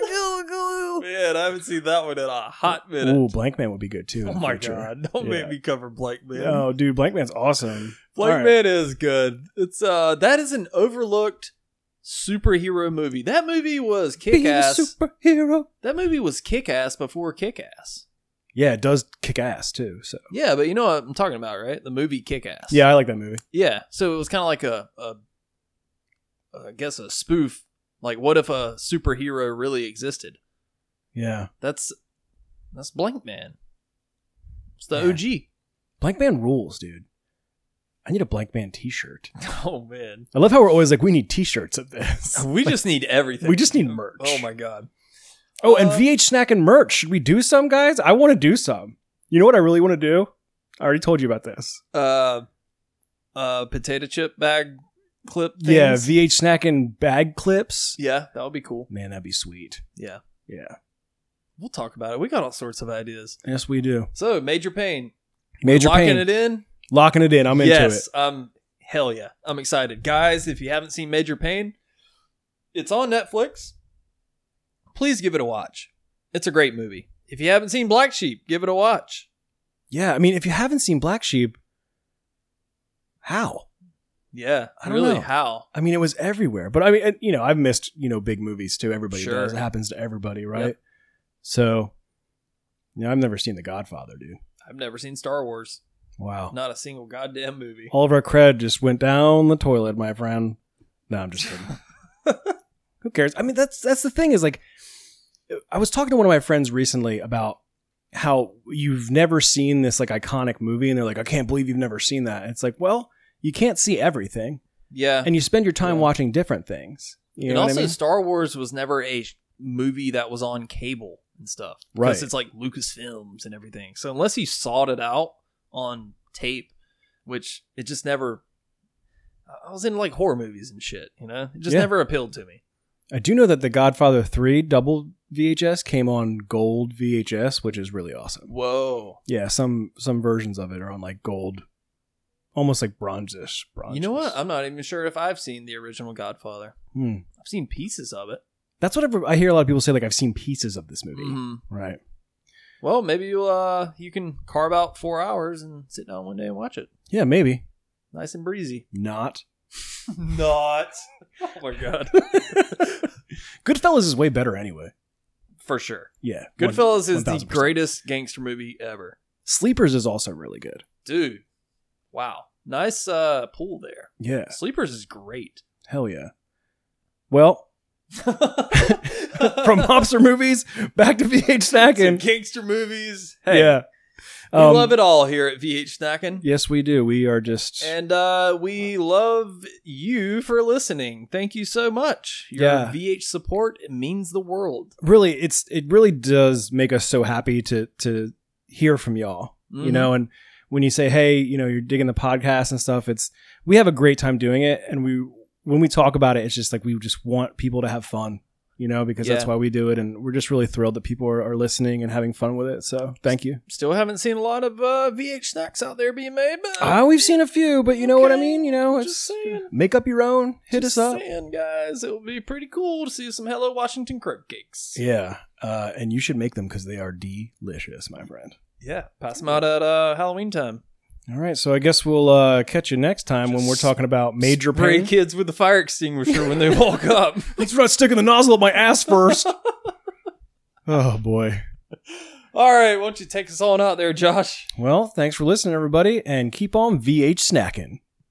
man, I haven't seen that one in a hot minute.
Ooh, Blank Man would be good too. in
oh
the
my
future.
god, don't
Yeah.
make me cover Blake Man.
Oh, dude, Blank Man's awesome.
Blake
All right.
Man is good. It's uh, that is an overlooked superhero movie. That movie was kick
Be a
ass.
superhero.
That movie was kick ass before kick ass.
Yeah, it does kick ass too. So
Yeah, but you know what I'm talking about, right? The movie Kick Ass.
yeah, I like that movie.
Yeah. So it was kind of like a, a, I guess a spoof. Like, what if a superhero really existed?
Yeah,
That's that's Blank Man. It's the
Yeah.
OG.
Blank Man rules, dude. I need a Blank Man T-shirt.
Oh man,
I love how we're always like, we need T-shirts of this.
we just need everything.
We just need merch.
Oh my god.
Oh, and
Uh,
VH Snack and merch. Should we do some, guys? I want to do some. You know what I really want to do? I already told you about this.
Uh, uh, potato chip bag clip. Things.
Yeah, VH Snack and bag clips.
yeah, that would be cool.
Man, that'd be sweet.
Yeah,
Yeah.
we'll talk about it. We got all sorts of ideas.
Yes, we do.
So major pain.
Major
locking
pain.
it in.
Locking it in. I'm into
yes,
it.
um, hell yeah, I'm excited, guys. If you haven't seen Major Pain, it's on Netflix. Please give it a watch. It's a great movie. If you haven't seen Black Sheep, give it a watch.
Yeah, I mean, if you haven't seen Black Sheep, how?
Yeah,
I don't
really
know.
how
I mean, it was everywhere. But I mean, and, you know, I've missed you know big movies too. Everybody
Sure.
does. It happens to everybody, right?
Yep.
So, you know, I've never seen The Godfather, dude.
I've never seen Star Wars.
Wow.
Not a single goddamn movie.
All of our cred just went down the toilet, my friend. No, I'm just kidding. Who cares? I mean, that's that's the thing is like, I was talking to one of my friends recently about how you've never seen this like iconic movie, and they're like, I can't believe you've never seen that. And it's like, well, you can't see everything,
Yeah,
and you spend your time
Yeah.
watching different things. You know
and
what
also
I mean?
Star Wars was never a sh- movie that was on cable and stuff.
Right.
Because it's like Lucasfilms and everything. So unless you sawed it out on tape, which it just never I was in like horror movies and shit, you know? It just
Yeah.
never appealed to me.
I do know that The Godfather Three double VHS came on gold VHS, which is really awesome.
Whoa.
Yeah, some some versions of it are on like gold, almost like bronzish. bronze.
You know what? I'm not even sure if I've seen the original Godfather.
Hmm.
I've seen pieces of it.
That's what every- I hear a lot of people say. Like I've seen pieces of this movie,
Mhm.
right?
Well, maybe you uh you can carve out four hours and sit down one day and watch it.
Yeah, maybe
Nice and breezy.
not.
Not. oh my god.
Goodfellas is way better anyway.
For sure.
Yeah, one-
Goodfellas is the
1000%.
greatest gangster movie ever.
Sleepers is also really good.
Dude. Wow. Nice uh pull there.
Yeah,
Sleepers is great.
hell yeah. Well, from
from
mobster movies back to VH
some
snacking.
gangster movies. Hey,
yeah,
we love it all here at VH Snacking.
Um, Yes, we do. We are just
And uh, we love you for listening. Thank you so much. Your
Yeah.
VH support means the world.
really it's it really does make us so happy to to hear from y'all you
Mhm.
know and when you say hey you know you're digging the podcast and stuff it's we have a great time doing it and we when we talk about it it's just like we just want people to have fun you know because that's
Yeah.
why we do it and we're just really thrilled that people are, are listening and having fun with it so thank you
Still haven't seen a lot of uh, VH snacks out there being made, but
Ah, we've seen a few but you know what i
Uh, Okay,
mean you know
just
it's
saying.
make up your own hit
Just
us up
saying, guys. It would be pretty cool to see some Hello Washington crab cakes.
yeah uh, and you should make them because they are delicious my friend
Yeah, pass them out at uh, Halloween time.
All right, so I guess we'll uh, catch you next time when we're talking about major
Spray
pain.
kids with the fire extinguisher when they walk up.
Thanks for not sticking the nozzle up my ass first. oh boy.
All right, why don't you take us on out there, Josh?
Well, thanks for listening, everybody, and keep on VH snacking.